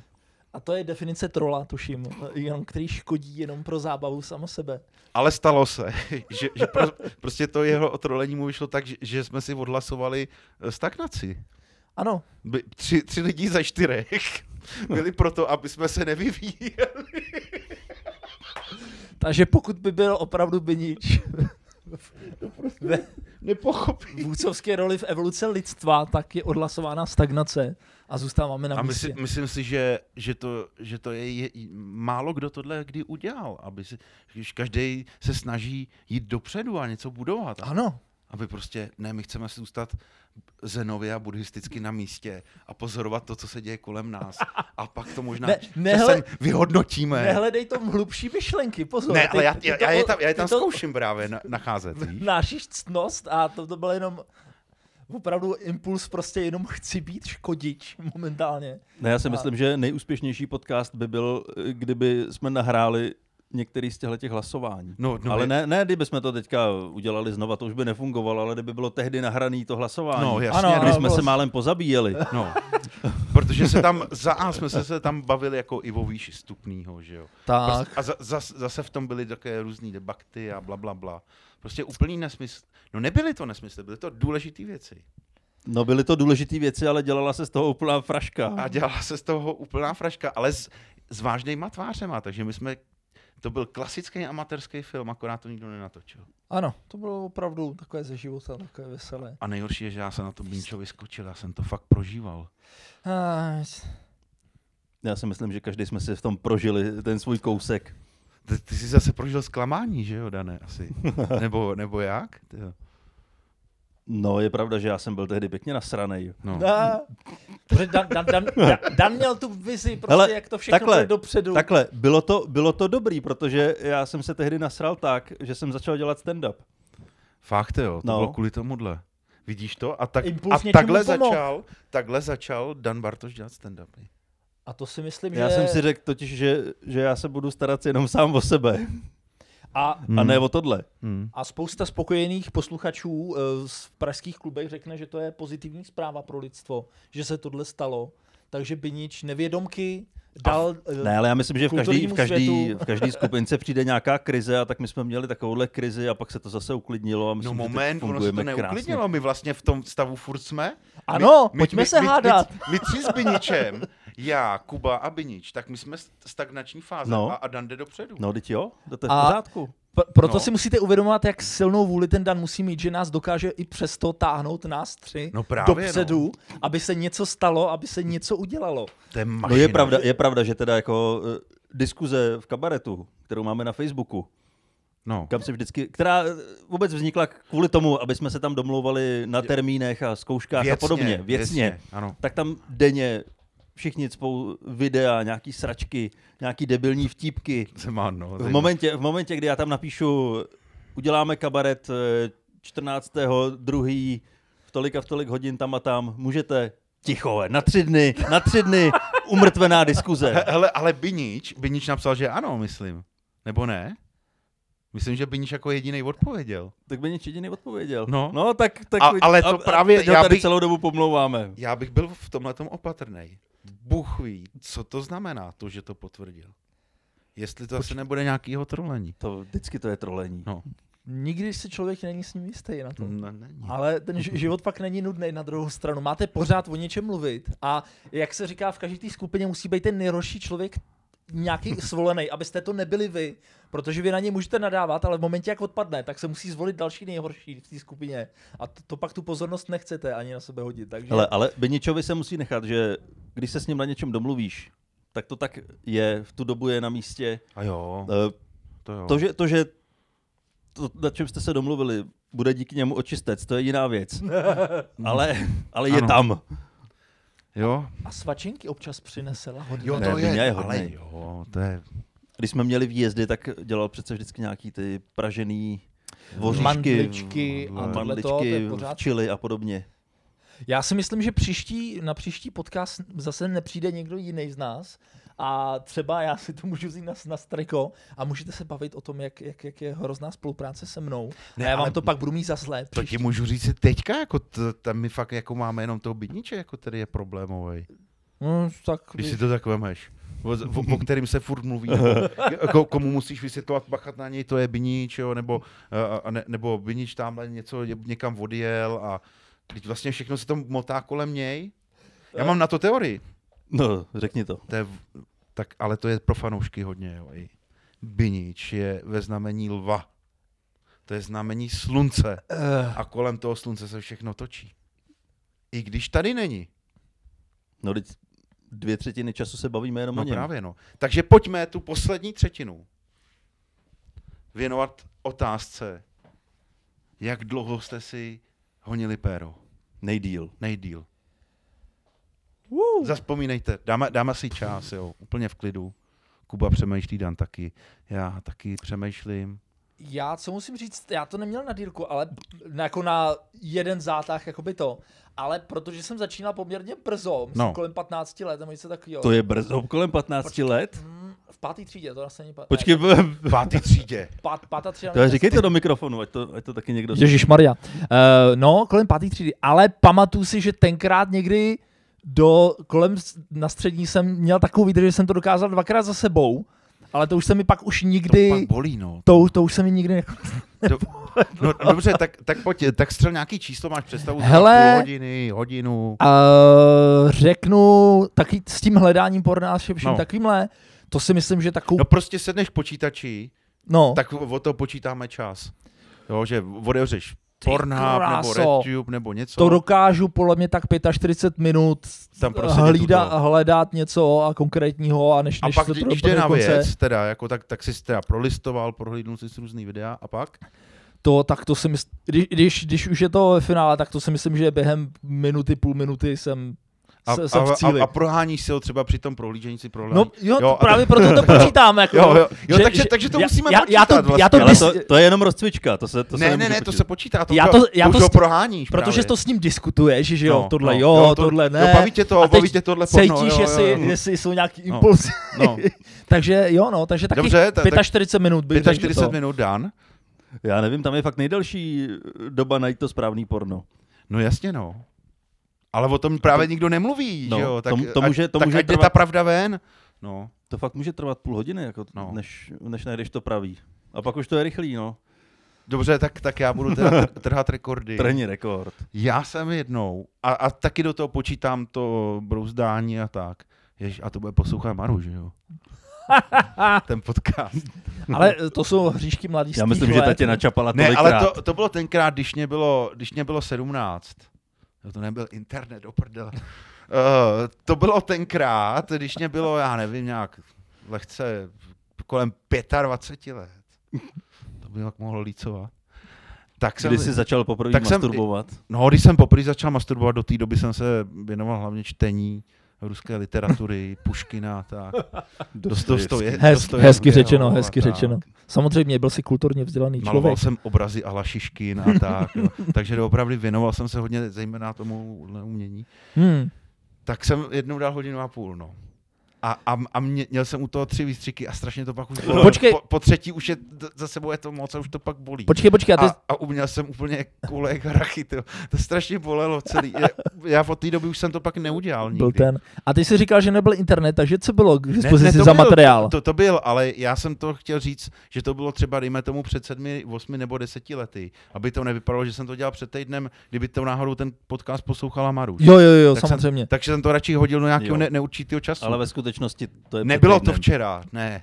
Speaker 2: A to je definice trola, tuším, eh, jenom, který škodí jenom pro zábavu samo sebe.
Speaker 1: Ale stalo se, že, že pro, prostě to jeho otrolení mu vyšlo tak, že, že jsme si odhlasovali eh, stagnaci.
Speaker 2: Ano,
Speaker 1: By, tři, tři lidi za čtyřech byli proto, aby jsme se nevyvíjeli.
Speaker 2: takže pokud by byl opravdu Benič ve
Speaker 1: Nepochopí.
Speaker 2: vůdcovské roli v evoluce lidstva, tak je odhlasována stagnace a zůstáváme na
Speaker 1: A
Speaker 2: místě.
Speaker 1: myslím, myslím si, že, že, to, že to je, je málo kdo tohle kdy udělal, aby si, když každý se snaží jít dopředu a něco budovat, a,
Speaker 2: Ano,
Speaker 1: aby prostě, ne, my chceme zůstat zenově a buddhisticky na místě a pozorovat to, co se děje kolem nás a pak to možná
Speaker 2: Ne-
Speaker 1: ne,
Speaker 2: nehle-
Speaker 1: časem vyhodnotíme.
Speaker 2: Nehledej tam hlubší myšlenky, pozor.
Speaker 1: ne, ale já,
Speaker 2: ty- ty
Speaker 1: já,
Speaker 2: to-
Speaker 1: já, je tam, já je tam
Speaker 2: ty to
Speaker 1: zkouším právě na, nacházet, víš?
Speaker 2: Vnášíš ctnost a to, to byl jenom opravdu impuls, prostě jenom chci být škodič momentálně.
Speaker 3: Ne, já si
Speaker 2: A-
Speaker 3: myslím, že nejúspěšnější podcast by byl, eh, kdyby jsme nahráli některý z těchto těch hlasování.
Speaker 1: No, no,
Speaker 3: ale
Speaker 1: je-
Speaker 3: ne, ne, kdyby jsme to teďka udělali znova, to už by nefungovalo, ale kdyby bylo tehdy nahrané to hlasování,
Speaker 1: No, jasně,
Speaker 2: Ano,
Speaker 1: ano,
Speaker 2: ano,
Speaker 3: kdy jsme
Speaker 2: bylo-
Speaker 3: se málem pozabíjeli.
Speaker 1: No, protože se tam, za A jsme se, se tam bavili jako i o výši stupního, že jo.
Speaker 2: Tak.
Speaker 1: Prostě, a za, zas, zase v tom byly také různé debaty a bla, bla, bla. Prostě úplný nesmysl. No nebyly to nesmysly, byly to důležité věci.
Speaker 3: No byly to důležité věci, ale dělala se z toho úplná fraška.
Speaker 1: A dělala se z toho úplná fraška, ale s, s vážnýma tvářema, takže my jsme, to byl klasický amatérský film, akorát to nikdo nenatočil.
Speaker 2: Ano, to bylo opravdu takové ze života, takové veselé.
Speaker 1: A nejhorší je, že já jsem na to Bínčovi skočil, já jsem to fakt prožíval.
Speaker 2: A,
Speaker 3: Já si myslím, že každý jsme si v tom prožili ten svůj kousek.
Speaker 1: Ty, ty jsi zase prožil zklamání, že jo, Dané, asi. Nebo, nebo jak? Ty jo.
Speaker 3: No, je pravda, že já jsem byl tehdy pěkně nasranej.
Speaker 1: No.
Speaker 2: A, protože Dan, Dan, Dan, Dan, měl tu vizi, prostě,
Speaker 3: Hele,
Speaker 2: jak to všechno
Speaker 3: takhle,
Speaker 2: bude dopředu.
Speaker 3: Takhle, bylo to, bylo to dobrý, protože já jsem se tehdy nasral tak, že jsem začal dělat stand-up.
Speaker 1: Fakt jo, to
Speaker 3: No.
Speaker 1: no. bylo kvůli tomuhle. Vidíš to? A, tak,
Speaker 2: Impuls
Speaker 1: a
Speaker 2: něčemu
Speaker 1: takhle,
Speaker 2: pomohl.
Speaker 1: začal, takhle začal Dan Bartoš dělat stand upy
Speaker 2: A to si myslím,
Speaker 3: Já
Speaker 2: že...
Speaker 3: jsem si řekl totiž, že, že já se budu starat jenom sám o sebe
Speaker 2: a,
Speaker 3: a ne o tohle.
Speaker 1: Hmm.
Speaker 2: a spousta spokojených posluchačů eh, z- v pražských klubech řekne, že to je pozitivní zpráva pro lidstvo, že se tohle stalo. Takže by nič nevědomky dal... eh,
Speaker 3: Ne, ale já myslím, že v každý,
Speaker 2: kulturnímu
Speaker 3: v, každý,
Speaker 2: světu.
Speaker 3: v každý skupince přijde nějaká krize a tak my jsme měli takovouhle krizi a pak se to zase uklidnilo. A myslím,
Speaker 1: No
Speaker 3: že teď
Speaker 1: moment, ono se to
Speaker 3: fungujeme
Speaker 1: neuklidnilo, my vlastně v tom stavu furt jsme.
Speaker 2: Ano, pojďme se hádat.
Speaker 1: My, my tři s Biničem, já, Kuba a Binič, tak my jsme st- stagnační fáze
Speaker 3: No.
Speaker 1: no. a, a Dan jde dopředu.
Speaker 3: Krásně. No, teď jo, to je v
Speaker 2: A-
Speaker 3: pořádku.
Speaker 2: P- proto
Speaker 1: No.
Speaker 2: si musíte uvědomovat, jak silnou vůli ten Dan musí mít, že nás dokáže i přesto táhnout nás tři
Speaker 1: No právě,
Speaker 2: dopředu, no. aby se něco stalo, aby se něco udělalo.
Speaker 1: To je mašina.
Speaker 3: No je pravda, je pravda, že teda jako eh, diskuze v kabaretu, kterou máme na Facebooku,
Speaker 1: No.
Speaker 3: kam se vždycky, která eh, vůbec vznikla kvůli tomu, aby jsme se tam domlouvali na termínech a zkouškách a podobně, věcně,
Speaker 1: Ano.
Speaker 3: tak tam denně všichni cpou videa, nějaký sračky, nějaký debilní vtípky.
Speaker 1: Se má, no,
Speaker 3: V
Speaker 1: zajímavé.
Speaker 3: momentě, v momentě, kdy já tam napíšu, uděláme kabaret eh, 14. 2. v tolik a v tolik hodin tam a tam, můžete ticho, na tři dny, na tři dny, umrtvená diskuze.
Speaker 1: Hele, ale Binič, Binič napsal, že ano, myslím. Nebo ne? Myslím, že Binič jako jediný odpověděl.
Speaker 3: Tak by nic jediný odpověděl.
Speaker 1: No.
Speaker 3: no tak, tak
Speaker 1: A- ale to právě
Speaker 3: teď ho
Speaker 1: já
Speaker 3: tady
Speaker 1: bych-
Speaker 3: celou dobu pomlouváme.
Speaker 1: Já bych byl v tomhle opatrný. Bůh ví, co to znamená, to, že to potvrdil. Jestli to asi nebude nějakýho trolení.
Speaker 3: To, vždycky to je trolení.
Speaker 1: No,
Speaker 2: Nikdy si člověk není s ním jistý na to.
Speaker 1: ne, není.
Speaker 2: Ale ten ži- život pak není nudný na druhou stranu. Máte pořád o něčem mluvit a jak se říká, v každé té skupině musí být ten nejhorší člověk nějaký svolený, abyste to nebyli vy, protože vy na něj můžete nadávat, ale v momentě, jak odpadne, tak se musí zvolit další nejhorší v té skupině. A to, to pak tu pozornost nechcete ani na sebe hodit. Takže
Speaker 3: Hele, ale Beničovi se musí nechat, že když se s ním na něčem domluvíš, tak to tak je, v tu dobu je na místě.
Speaker 1: A jo,
Speaker 2: No.
Speaker 3: Eh,
Speaker 1: to jo.
Speaker 3: To, že, to, že to, na čem jste se domluvili, bude díky němu očistec, to je jiná věc. Ale, ale je
Speaker 1: Ano.
Speaker 3: tam.
Speaker 1: Jo,
Speaker 2: a svačinky občas přinesela hodně.
Speaker 1: jo
Speaker 3: Ne,
Speaker 1: to je,
Speaker 3: Víňa je
Speaker 1: ale
Speaker 3: hodnej.
Speaker 1: jo, to je,
Speaker 3: Když jsme měli výjezdy, tak dělal přece vždycky nějaký ty pražený voříšky,
Speaker 2: Mandličky a tohle to, to je
Speaker 3: mandličky
Speaker 2: pořád
Speaker 3: čili a podobně.
Speaker 2: Já si myslím, že příští, na příští podcast zase nepřijde někdo jiný z nás a třeba já si to můžu vzít na, na streko a můžete se bavit o tom, jak, jak, jak je hrozná spolupráce se mnou. Ne,
Speaker 1: Ne,
Speaker 2: a já vám
Speaker 1: ale-
Speaker 2: to pak budu mít za zlé.
Speaker 1: to ti můžu říct si teďka, jako t, tam my fakt jako máme jenom toho bydniče, jako tady je problémový.
Speaker 2: No, tak,
Speaker 1: Když si to tak vemeš. O, o, o kterým se furt mluví, nebo, ko, komu musíš vysvětlovat, bachat na něj, to je Binič, jo, nebo, a, a ne, nebo Binič tamhle něco je- někam odjel a teď vlastně všechno se to motá kolem něj. Já mám na to teorii,
Speaker 3: No, řekni to.
Speaker 1: to je, v- tak, ale to je pro fanoušky hodně. Jo, i. Binič je ve znamení lva, to je znamení slunce
Speaker 2: Eh,
Speaker 1: a kolem toho slunce se všechno točí. I když tady není,
Speaker 3: No, teď dvě třetiny času se bavíme jenom o
Speaker 1: No
Speaker 3: něm.
Speaker 1: právě no. Takže pojďme tu poslední třetinu věnovat otázce, jak dlouho jste si honili péro.
Speaker 3: Nejdíl.
Speaker 1: Nejdíl.
Speaker 2: woo.
Speaker 1: Zaspomínejte, dáme, dáme si čas, jo, úplně v klidu. Kuba přemýšlí, Dan taky. Já taky přemýšlím.
Speaker 2: Já co musím říct, já to neměl na dýrku, ale na- jako na jeden zátah, jako by to. Ale protože jsem začínal poměrně brzo, myslím
Speaker 1: No.
Speaker 2: kolem 15 let, nebo něco takového.
Speaker 3: To je brzo, kolem 15 let.
Speaker 2: Mm, v pátý třídě, to asi není pátý.
Speaker 3: Počkej, b-
Speaker 1: V pátý třídě.
Speaker 2: Pát, pátá třída.
Speaker 3: to
Speaker 2: není
Speaker 3: je, říkej to do mikrofonu, ať to, ať to taky někdo...
Speaker 2: Ježíš Maria. Uh, no, kolem pátý třídy. Ale pamatuju si, že tenkrát někdy do, kolem s- na střední jsem měl takovou výdrž, že jsem to dokázal dvakrát za sebou, ale to už se mi pak už
Speaker 1: To
Speaker 2: nikdy,
Speaker 1: pak bolí, no.
Speaker 2: to, to už se mi nikdy jako...
Speaker 1: Do, no dobře, tak, tak pojď, tak střel nějaký číslo, máš představu za
Speaker 2: Hele.
Speaker 1: půl hodiny, hodinu.
Speaker 2: Uh, řeknu, taky s tím hledáním pornáše, vším no.
Speaker 1: No.
Speaker 2: takovýmhle, to si myslím, že takovou,
Speaker 1: No prostě sedneš k počítači,
Speaker 2: no, tak,
Speaker 1: tak o to počítáme čas. Jo, že odevřeš
Speaker 2: Ty
Speaker 1: Pornhub nebo
Speaker 2: kráso.
Speaker 1: RedTube nebo něco.
Speaker 2: to dokážu podle mě tak 45 minut
Speaker 1: Tam prostě
Speaker 2: hlída,
Speaker 1: jdu to.
Speaker 2: hledat něco a konkrétního a než,
Speaker 1: a
Speaker 2: než
Speaker 1: pak,
Speaker 2: se
Speaker 1: kdy-
Speaker 2: to
Speaker 1: když jde na
Speaker 2: dokonce-
Speaker 1: věc, teda, jako tak, tak jsi teda prolistoval, prohlídnul jsi různý videa a pak?
Speaker 2: to, tak to si myslím, když, když už je to ve finále, tak to si myslím, že během minuty, půl minuty jsem
Speaker 1: A,
Speaker 2: s- jsem
Speaker 1: a,
Speaker 2: v cíli.
Speaker 1: a, a proháníš si ho třeba při tom prohlížení si prohlédni.
Speaker 2: No jo,
Speaker 1: Jo,
Speaker 2: jo
Speaker 1: a-
Speaker 2: právě proto to počítáme. Jako,
Speaker 1: Jo, jo, jo takže, takže to
Speaker 2: já,
Speaker 1: musíme
Speaker 2: já, já
Speaker 1: počítat
Speaker 2: to,
Speaker 1: vlastně.
Speaker 2: já to,
Speaker 3: Ale
Speaker 2: dis,
Speaker 3: to, to je jenom rozcvička, to se to se
Speaker 1: ne, ne,
Speaker 3: nemůže
Speaker 1: ne, to
Speaker 3: počítat.
Speaker 1: se počítá, to,
Speaker 2: Já
Speaker 1: už
Speaker 2: to-
Speaker 1: ho-
Speaker 2: já
Speaker 1: už
Speaker 2: to
Speaker 1: ho
Speaker 2: s tím-
Speaker 1: proháníš
Speaker 2: protože
Speaker 1: právě.
Speaker 2: to s ním diskutuješ, že jo,
Speaker 1: No,
Speaker 2: tohle
Speaker 1: no,
Speaker 2: jo,
Speaker 1: jo, to-
Speaker 2: tohle ne.
Speaker 1: jo, baví tě to,
Speaker 2: a teď
Speaker 1: baví tě tohle porno,
Speaker 2: Cítíš,
Speaker 1: jo, jo,
Speaker 2: jestli,
Speaker 1: jo.
Speaker 2: jestli jsou nějaký
Speaker 1: No,
Speaker 2: impulsy.
Speaker 1: no.
Speaker 2: takže jo, no, takže taky
Speaker 1: Dobře, ta- tak-
Speaker 2: 45 minut bych řekl, že
Speaker 1: 45
Speaker 2: to-
Speaker 1: minut Dan.
Speaker 3: Já nevím, tam je fakt nejdelší doba najít to správný porno.
Speaker 1: No jasně, no. Ale o tom právě nikdo nemluví,
Speaker 3: No,
Speaker 1: že jo? Tak,
Speaker 3: to- to
Speaker 1: ať-
Speaker 3: může- to
Speaker 1: tak
Speaker 3: může
Speaker 1: ať jde
Speaker 3: trvat-
Speaker 1: ta pravda ven. No,
Speaker 3: To fakt může trvat půl hodiny, jako,
Speaker 1: No.
Speaker 3: no. než, než najdeš to pravý. A pak už to je rychlý, no.
Speaker 1: dobře, tak, tak já budu teda tr- trhat rekordy.
Speaker 3: Trhni rekord.
Speaker 1: Já jsem jednou, a, a taky do toho počítám to brouzdání a tak. Jež, a to bude poslouchat Maru, že jo? Ten podcast.
Speaker 2: Ale eh, to jsou hříšky mladých
Speaker 3: Já myslím, že ta tě načapala
Speaker 1: Ne,
Speaker 3: tolikrát.
Speaker 1: ale to, to bylo tenkrát, když mě bylo, když mě bylo 17. No, to nebyl internet, do prdele. Uh, to bylo tenkrát, když mě bylo, já nevím, nějak lehce kolem 25 let. To by tak mohlo lícovat. Tak jsem,
Speaker 3: Kdy jsi začal poprvé
Speaker 1: Tak jsem-
Speaker 3: masturbovat?
Speaker 1: No, když jsem poprvé začal masturbovat, do té doby jsem se věnoval hlavně čtení ruské literatury, Puškina a tak. Dostojevský.
Speaker 2: Hezky,
Speaker 1: Dostojevský,
Speaker 2: hezky
Speaker 1: no,
Speaker 2: řečeno,
Speaker 1: a
Speaker 2: hezky
Speaker 1: tak.
Speaker 2: řečeno. Samozřejmě byl si kulturně vzdělaný
Speaker 1: Maloval
Speaker 2: člověk.
Speaker 1: jsem obrazy a Šiškin a tak. Jo. Takže doopravdy věnoval jsem se hodně zejména tomu umění.
Speaker 2: Hmm.
Speaker 1: Tak jsem jednou dal hodinu a půl, no. A, a, a mě, měl jsem u toho tři výstřiky a strašně to pak už bylo.
Speaker 2: Počkej.
Speaker 1: Po, po třetí už je, d- za sebou je to moc a už to pak bolí.
Speaker 2: Počkej, počkej, a ty,
Speaker 1: A, a uměl jsem úplně kulek a rachy, to, to strašně bolelo celý. Já, já od té doby už jsem to pak neudělal nikdy.
Speaker 2: byl ten. A ty jsi říkal, že nebyl internet, takže co bylo k dispozici
Speaker 1: to
Speaker 2: za
Speaker 1: byl-
Speaker 2: materiál?
Speaker 1: To, to byl, ale já jsem to chtěl říct, že to bylo třeba, dejme tomu, před sedmi, osmi nebo deseti lety. Aby to nevypadalo, že jsem to dělal před týdnem, kdyby to náhodou ten podcast poslouchala Maruš.
Speaker 2: Jo, jo, jo,
Speaker 1: Tak jsem-
Speaker 2: samozřejmě.
Speaker 1: Takže jsem to radši hodil do nějakého
Speaker 3: Jo.
Speaker 1: ne, neurčitého času.
Speaker 3: Ale ve skutečnosti to je před
Speaker 1: Nebylo to
Speaker 3: týdnem.
Speaker 1: včera, ne.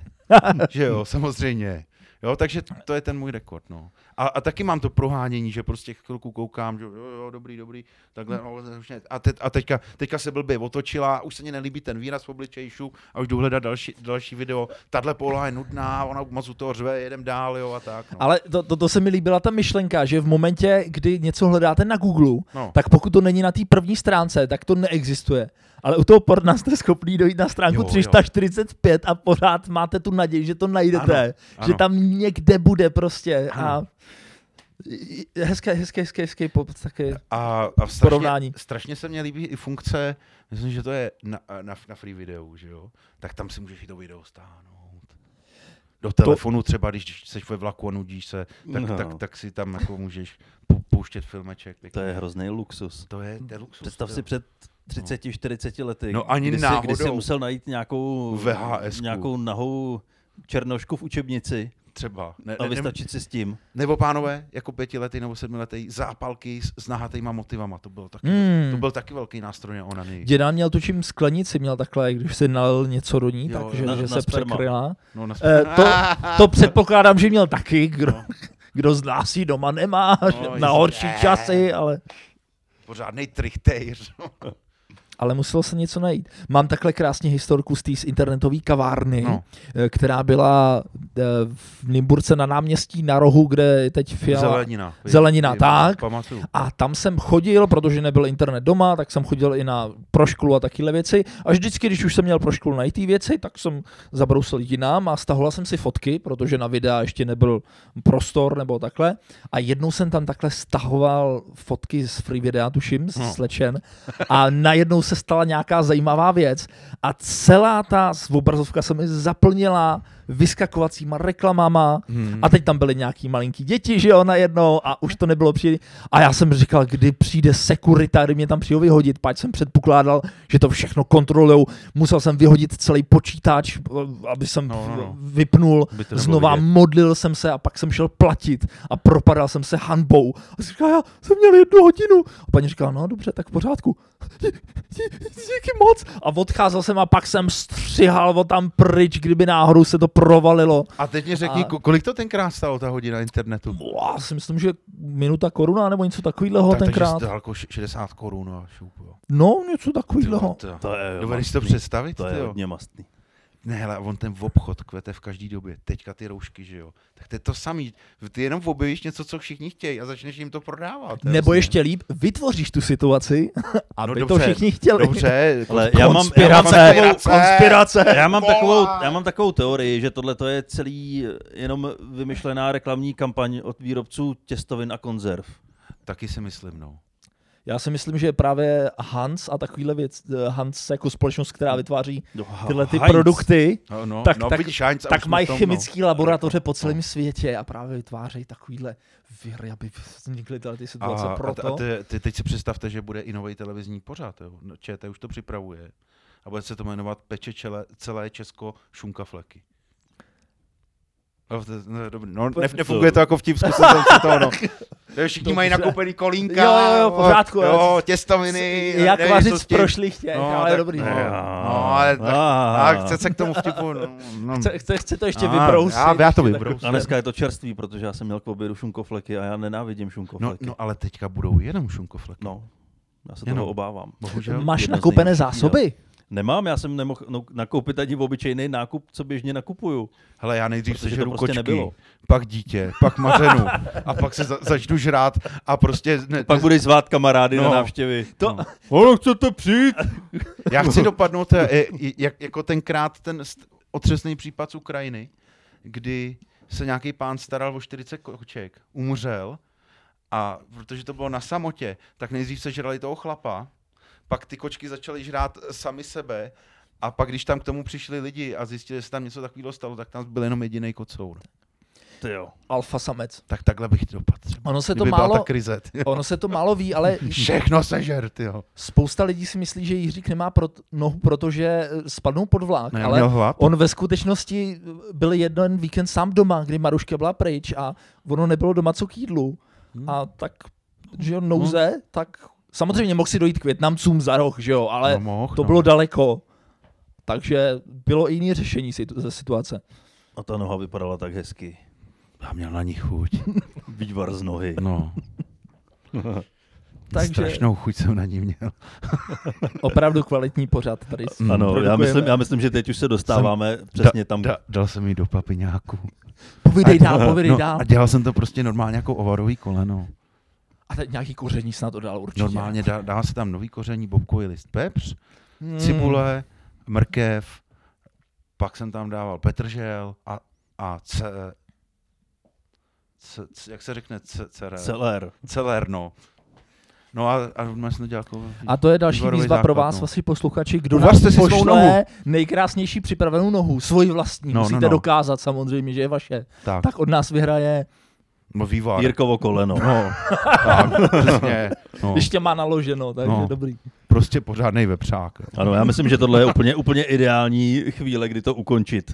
Speaker 1: že jo, samozřejmě. Jo, takže to je ten můj rekord, no. A, a taky mám to prohánění, že prostě chvilku koukám, že jo, jo, dobrý, dobrý, takhle, no, už ne- a, te, a teďka, teďka se blbě otočila, už se mi nelíbí ten výraz v obličejšu a už jdu hledat další, další video, tahle poloha je nudná, ona moc u toho řve, jedem dál, jo, a tak, no.
Speaker 2: Ale to, to, to se mi líbila ta myšlenka, že v momentě, kdy něco hledáte na Google,
Speaker 1: No.
Speaker 2: tak pokud to není na té první stránce, tak to neexistuje. Ale u toho porna jste schopný dojít na stránku
Speaker 1: Jo,
Speaker 2: jo,
Speaker 1: jo.
Speaker 2: 345 a pořád máte tu naději, že to najdete.
Speaker 1: Ano, ano.
Speaker 2: Že tam někde bude prostě. A
Speaker 1: Ano.
Speaker 2: hezké, hezké, hezké, hezké pop, taky.
Speaker 1: A, a strašně,
Speaker 2: porovnání.
Speaker 1: strašně se mně líbí i funkce, myslím, že to je na, na, na free videu, že jo? Tak tam si můžeš i to video stáhnout. Do telefonu třeba, když jsi ve vlaku a nudíš se, tak, no.
Speaker 3: No.
Speaker 1: tak, tak si tam jako můžeš pu- pouštět filmeček.
Speaker 3: To je hrozný luxus.
Speaker 1: to je, to je luxus.
Speaker 3: Představ
Speaker 1: to
Speaker 3: si
Speaker 1: je-
Speaker 3: před 30, 40 lety,
Speaker 1: No ani
Speaker 3: kdy, jsi, kdy jsi
Speaker 1: náhodou.
Speaker 3: musel najít nějakou,
Speaker 1: VHS-ku.
Speaker 3: nějakou nahou černošku v učebnici
Speaker 1: Třeba. Ne,
Speaker 3: a
Speaker 1: ne, ne,
Speaker 3: vystačit si s tím.
Speaker 1: nebo pánové, jako pětiletý nebo sedmiletý, zápalky s, s nahatýma motivama, to byl taky,
Speaker 2: Hmm.
Speaker 1: to byl taky velký nástroj na onany.
Speaker 2: Děda měl tučím sklenici, měl takhle, když si nalil něco do ní,
Speaker 1: Jo,
Speaker 2: takže
Speaker 3: na-
Speaker 2: že
Speaker 3: na
Speaker 2: se
Speaker 3: sperma.
Speaker 2: překryla.
Speaker 1: No, na...
Speaker 2: Eh, to, to předpokládám, že měl taky, kdo, kdo z nás ji doma nemá,
Speaker 1: No,
Speaker 2: na horší
Speaker 1: jistě.
Speaker 2: časy, ale,
Speaker 1: Pořádnej trichtejř.
Speaker 2: ale muselo se něco najít. Mám takhle krásně historku z té z internetové kavárny,
Speaker 1: No.
Speaker 2: no. která byla eh, v Nymburce na náměstí na rohu, kde je teď Fiala.
Speaker 1: Zelenina.
Speaker 2: Zelenina, tak.
Speaker 1: Pamatuju.
Speaker 2: A tam jsem chodil, protože nebyl internet doma, tak jsem chodil i na proškolu a takovéhle věci. A vždycky, když už jsem měl proškolu najít ty věci, tak jsem zabrousil jinam a stahoval jsem si fotky, protože na videa ještě nebyl prostor nebo takhle. A jednou jsem tam takhle stahoval fotky z free videa, tuším,
Speaker 1: No.
Speaker 2: no. slečen. A najednou se stala nějaká zajímavá věc a celá ta obrazovka se mi zaplnila vyskakovacíma reklamama,
Speaker 1: Hmm.
Speaker 2: a teď tam byly nějaký malinký děti, že jo, najednou a už to nebylo příjemné. A já jsem říkal, kdy přijde sekurita, kdy mě tam přijde vyhodit, pak jsem předpokládal, že to všechno kontrolujou. Musel jsem vyhodit celý počítač, aby jsem
Speaker 1: No, no, no.
Speaker 2: vypnul.
Speaker 1: Aby to nebylo
Speaker 2: Znova
Speaker 1: vidět.
Speaker 2: modlil jsem se a pak jsem šel platit a propadal jsem se hanbou. A jsem říkal, já jsem měl jednu hodinu. A paní říkala, no dobře, tak v pořádku. Dí- dí- Díky moc. A odcházel jsem a pak jsem střihal o tam pryč, kdyby náhodou se to provalilo.
Speaker 1: A teď mi řekni,
Speaker 2: A-
Speaker 1: ko- kolik to tenkrát stalo ta hodina internetu?
Speaker 2: Já si myslím, že minuta koruna nebo něco takového
Speaker 1: tak,
Speaker 2: tenkrát.
Speaker 1: Takže jsi dal jako š- 60 korun a šup, jo.
Speaker 2: No, něco
Speaker 1: Ty vole,
Speaker 2: takového.
Speaker 1: to-
Speaker 3: To je
Speaker 1: Dovedeš si to
Speaker 3: mastný.
Speaker 1: představit?
Speaker 3: To
Speaker 1: ty
Speaker 3: je
Speaker 1: jo?
Speaker 3: hodně mastný.
Speaker 1: Ne, hele, a on ten obchod kvete v každý době. Teďka ty roušky, že jo. Tak to je to samý. Ty jenom objevíš něco, co všichni chtějí a začneš jim to prodávat. To je
Speaker 2: Nebo
Speaker 1: hrozný.
Speaker 2: ještě líp, vytvoříš tu situaci, aby no, to
Speaker 1: dobře,
Speaker 2: všichni chtěli.
Speaker 1: Dobře,
Speaker 3: Ale
Speaker 1: kons-
Speaker 3: já mám, já mám
Speaker 2: Konspirace,
Speaker 3: takovou,
Speaker 2: konspirace.
Speaker 3: Já mám,
Speaker 1: Vole.
Speaker 3: takovou, já mám takovou teorii, že tohle to je celý eh, jenom vymyšlená reklamní kampaň od výrobců těstovin a konzerv.
Speaker 1: Taky si myslím, no.
Speaker 2: Já si myslím, že právě Hans a takovýhle věc, eh, Hans jako společnost, která vytváří tyhle ty
Speaker 3: Heinz.
Speaker 2: produkty,
Speaker 1: No, no,
Speaker 2: Tak-
Speaker 1: no
Speaker 2: tak-
Speaker 1: vidíš, Heinz, a už
Speaker 2: tak
Speaker 1: jsme
Speaker 2: mají
Speaker 1: v tom,
Speaker 2: chemické
Speaker 1: no.
Speaker 2: laboratoře po celém světě a právě vytvářejí takovýhle věry, aby vznikly tyhle ty
Speaker 1: A,
Speaker 2: situace.
Speaker 1: a,
Speaker 2: proto...
Speaker 1: a ty, ty, teď si představte, že bude i nový televizní pořád. Jo. No, ČT už to připravuje. A bude se to jmenovat Peče čele, celé Česko šunka fleky. No, to- no, dobrý. no nef, nefunguje to jako vtip, zkusil jsem si to, no. To Všichni
Speaker 2: To
Speaker 1: mají
Speaker 2: dobře.
Speaker 1: nakoupený kolínka,
Speaker 2: Jo, jo, jo, v
Speaker 1: o-
Speaker 2: pořádku,
Speaker 1: jo, těstoviny,
Speaker 2: Jak
Speaker 1: nevím, co
Speaker 2: vařit
Speaker 1: s
Speaker 2: z
Speaker 1: tím.
Speaker 2: prošlých těch,
Speaker 1: No,
Speaker 2: ale
Speaker 1: tak
Speaker 2: dobrý.
Speaker 1: ne,
Speaker 2: No.
Speaker 1: jo. No, ale tak-
Speaker 3: a,
Speaker 1: A chce se k tomu vtipu, no, no.
Speaker 2: Chce, chce, chce to ještě
Speaker 1: A,
Speaker 2: vybrousit.
Speaker 1: já- já to
Speaker 2: ještě
Speaker 1: vybrousím.
Speaker 2: takovou-
Speaker 3: a dneska je to čerství, protože já jsem měl k obědu šunkofleky a já nenávidím
Speaker 1: no,
Speaker 3: šunkofleky.
Speaker 1: no, ale teďka budou jenom šunkofleky.
Speaker 3: no. já se
Speaker 1: Jenom.
Speaker 3: toho obávám.
Speaker 1: Bohužel.
Speaker 2: Máš
Speaker 3: jedno z
Speaker 2: nakoupené
Speaker 3: nejhorších
Speaker 2: zásoby?
Speaker 3: Nemám, já jsem nemohl no, nakoupit ani obyčejný nákup, co běžně nakupuju.
Speaker 1: Hele, já nejdřív
Speaker 3: Protože to
Speaker 1: sežeru
Speaker 3: prostě
Speaker 1: kočky,
Speaker 3: nebylo.
Speaker 1: pak dítě, pak mařenu a pak se za, začnu žrát a prostě... Ne,
Speaker 3: Pak budeš zvát kamarády no.
Speaker 1: No.
Speaker 3: na návštěvy.
Speaker 1: To-
Speaker 3: No. Ono, chcete přijít?
Speaker 1: Já chci dopadnout eh, eh, jak, jako tenkrát ten st- otřesný případ z Ukrajiny, kdy se nějaký pán staral o 40 koček, umřel a protože to bylo na samotě, tak nejdřív se žrali toho chlapa, pak ty kočky začaly žrát sami sebe a pak když tam k tomu přišli lidi a zjistili, že se tam něco takového stalo, tak tam byl jenom jediný kocour.
Speaker 3: Ty jo.
Speaker 2: Alfa samec.
Speaker 1: Tak takhle bych dopadl. třeba.
Speaker 2: Ono se to
Speaker 1: Kdyby byla
Speaker 2: málo,
Speaker 1: ta krize. ty jo.
Speaker 2: ono se to málo ví, ale
Speaker 1: Všechno sežer, tyjo.
Speaker 2: spousta lidí si myslí, že Jiřík nemá prot, nohu, protože eh, spadnou pod vlak,
Speaker 1: Ne,
Speaker 2: ale
Speaker 1: měl hlad.
Speaker 2: on ve skutečnosti byl jeden víkend sám doma, kdy Maruška byla pryč a ono nebylo doma co k jídlu.
Speaker 1: Hmm.
Speaker 2: A tak, že jo, nouze, tak samozřejmě mohl si dojít k Větnamcům za roh, že jo, ale
Speaker 1: No mohl,
Speaker 2: to
Speaker 1: no.
Speaker 2: bylo daleko. Takže bylo i jiné řešení situ- ze situace.
Speaker 3: A ta noha vypadala tak hezky.
Speaker 1: Já měl na ní chuť.
Speaker 3: Vývar z nohy.
Speaker 1: No,
Speaker 2: Takže
Speaker 1: strašnou chuť jsem na ní měl.
Speaker 2: opravdu kvalitní pořad tady. s-
Speaker 1: Mm.
Speaker 3: Ano, já
Speaker 2: produkujeme.
Speaker 3: myslím, já myslím, že teď už se dostáváme jsem přesně tam.
Speaker 1: Da, dal jsem ji do papiňáku.
Speaker 2: Povídej dál, povídej
Speaker 1: no,
Speaker 2: dál.
Speaker 1: a dělal jsem to prostě normálně jako ovarový koleno.
Speaker 2: A teď nějaký koření snad dodal určitě.
Speaker 1: Normálně dá, dá se tam nový koření, bobkový list, pepř,
Speaker 2: Hmm.
Speaker 1: mm. cibule, mrkev, pak jsem tam dával petržel a, a c, c, c, jak se řekne, c, cere,
Speaker 3: Celer.
Speaker 1: celerno. No a, a normálně jsem to dělal jako...
Speaker 2: A to je další
Speaker 1: Vývarový
Speaker 2: výzva pro
Speaker 1: základ,
Speaker 2: vás,
Speaker 1: no.
Speaker 2: vaši posluchači, kdo
Speaker 1: Uvažte
Speaker 2: nám
Speaker 1: si svou
Speaker 2: pošle nejkrásnější připravenou nohu, svoji vlastní.
Speaker 1: No, no,
Speaker 2: Musíte
Speaker 1: no.
Speaker 2: dokázat samozřejmě, že je vaše.
Speaker 1: tak, tak.
Speaker 2: Tak od nás vyhraje,
Speaker 1: no, vývar.
Speaker 3: Jirkovo koleno.
Speaker 1: No, tak, přesně. No,
Speaker 2: když tě má naloženo, takže
Speaker 1: No.
Speaker 2: dobrý.
Speaker 1: prostě pořádnej vepřák. jo.
Speaker 3: Ano, já myslím, že tohle je úplně, úplně ideální chvíle, kdy to ukončit.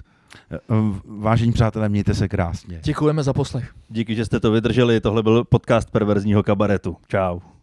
Speaker 1: Vážení přátelé, mějte se krásně.
Speaker 2: Děkujeme za poslech.
Speaker 3: Díky, že jste to vydrželi. Tohle byl podcast perverzního kabaretu. Čau.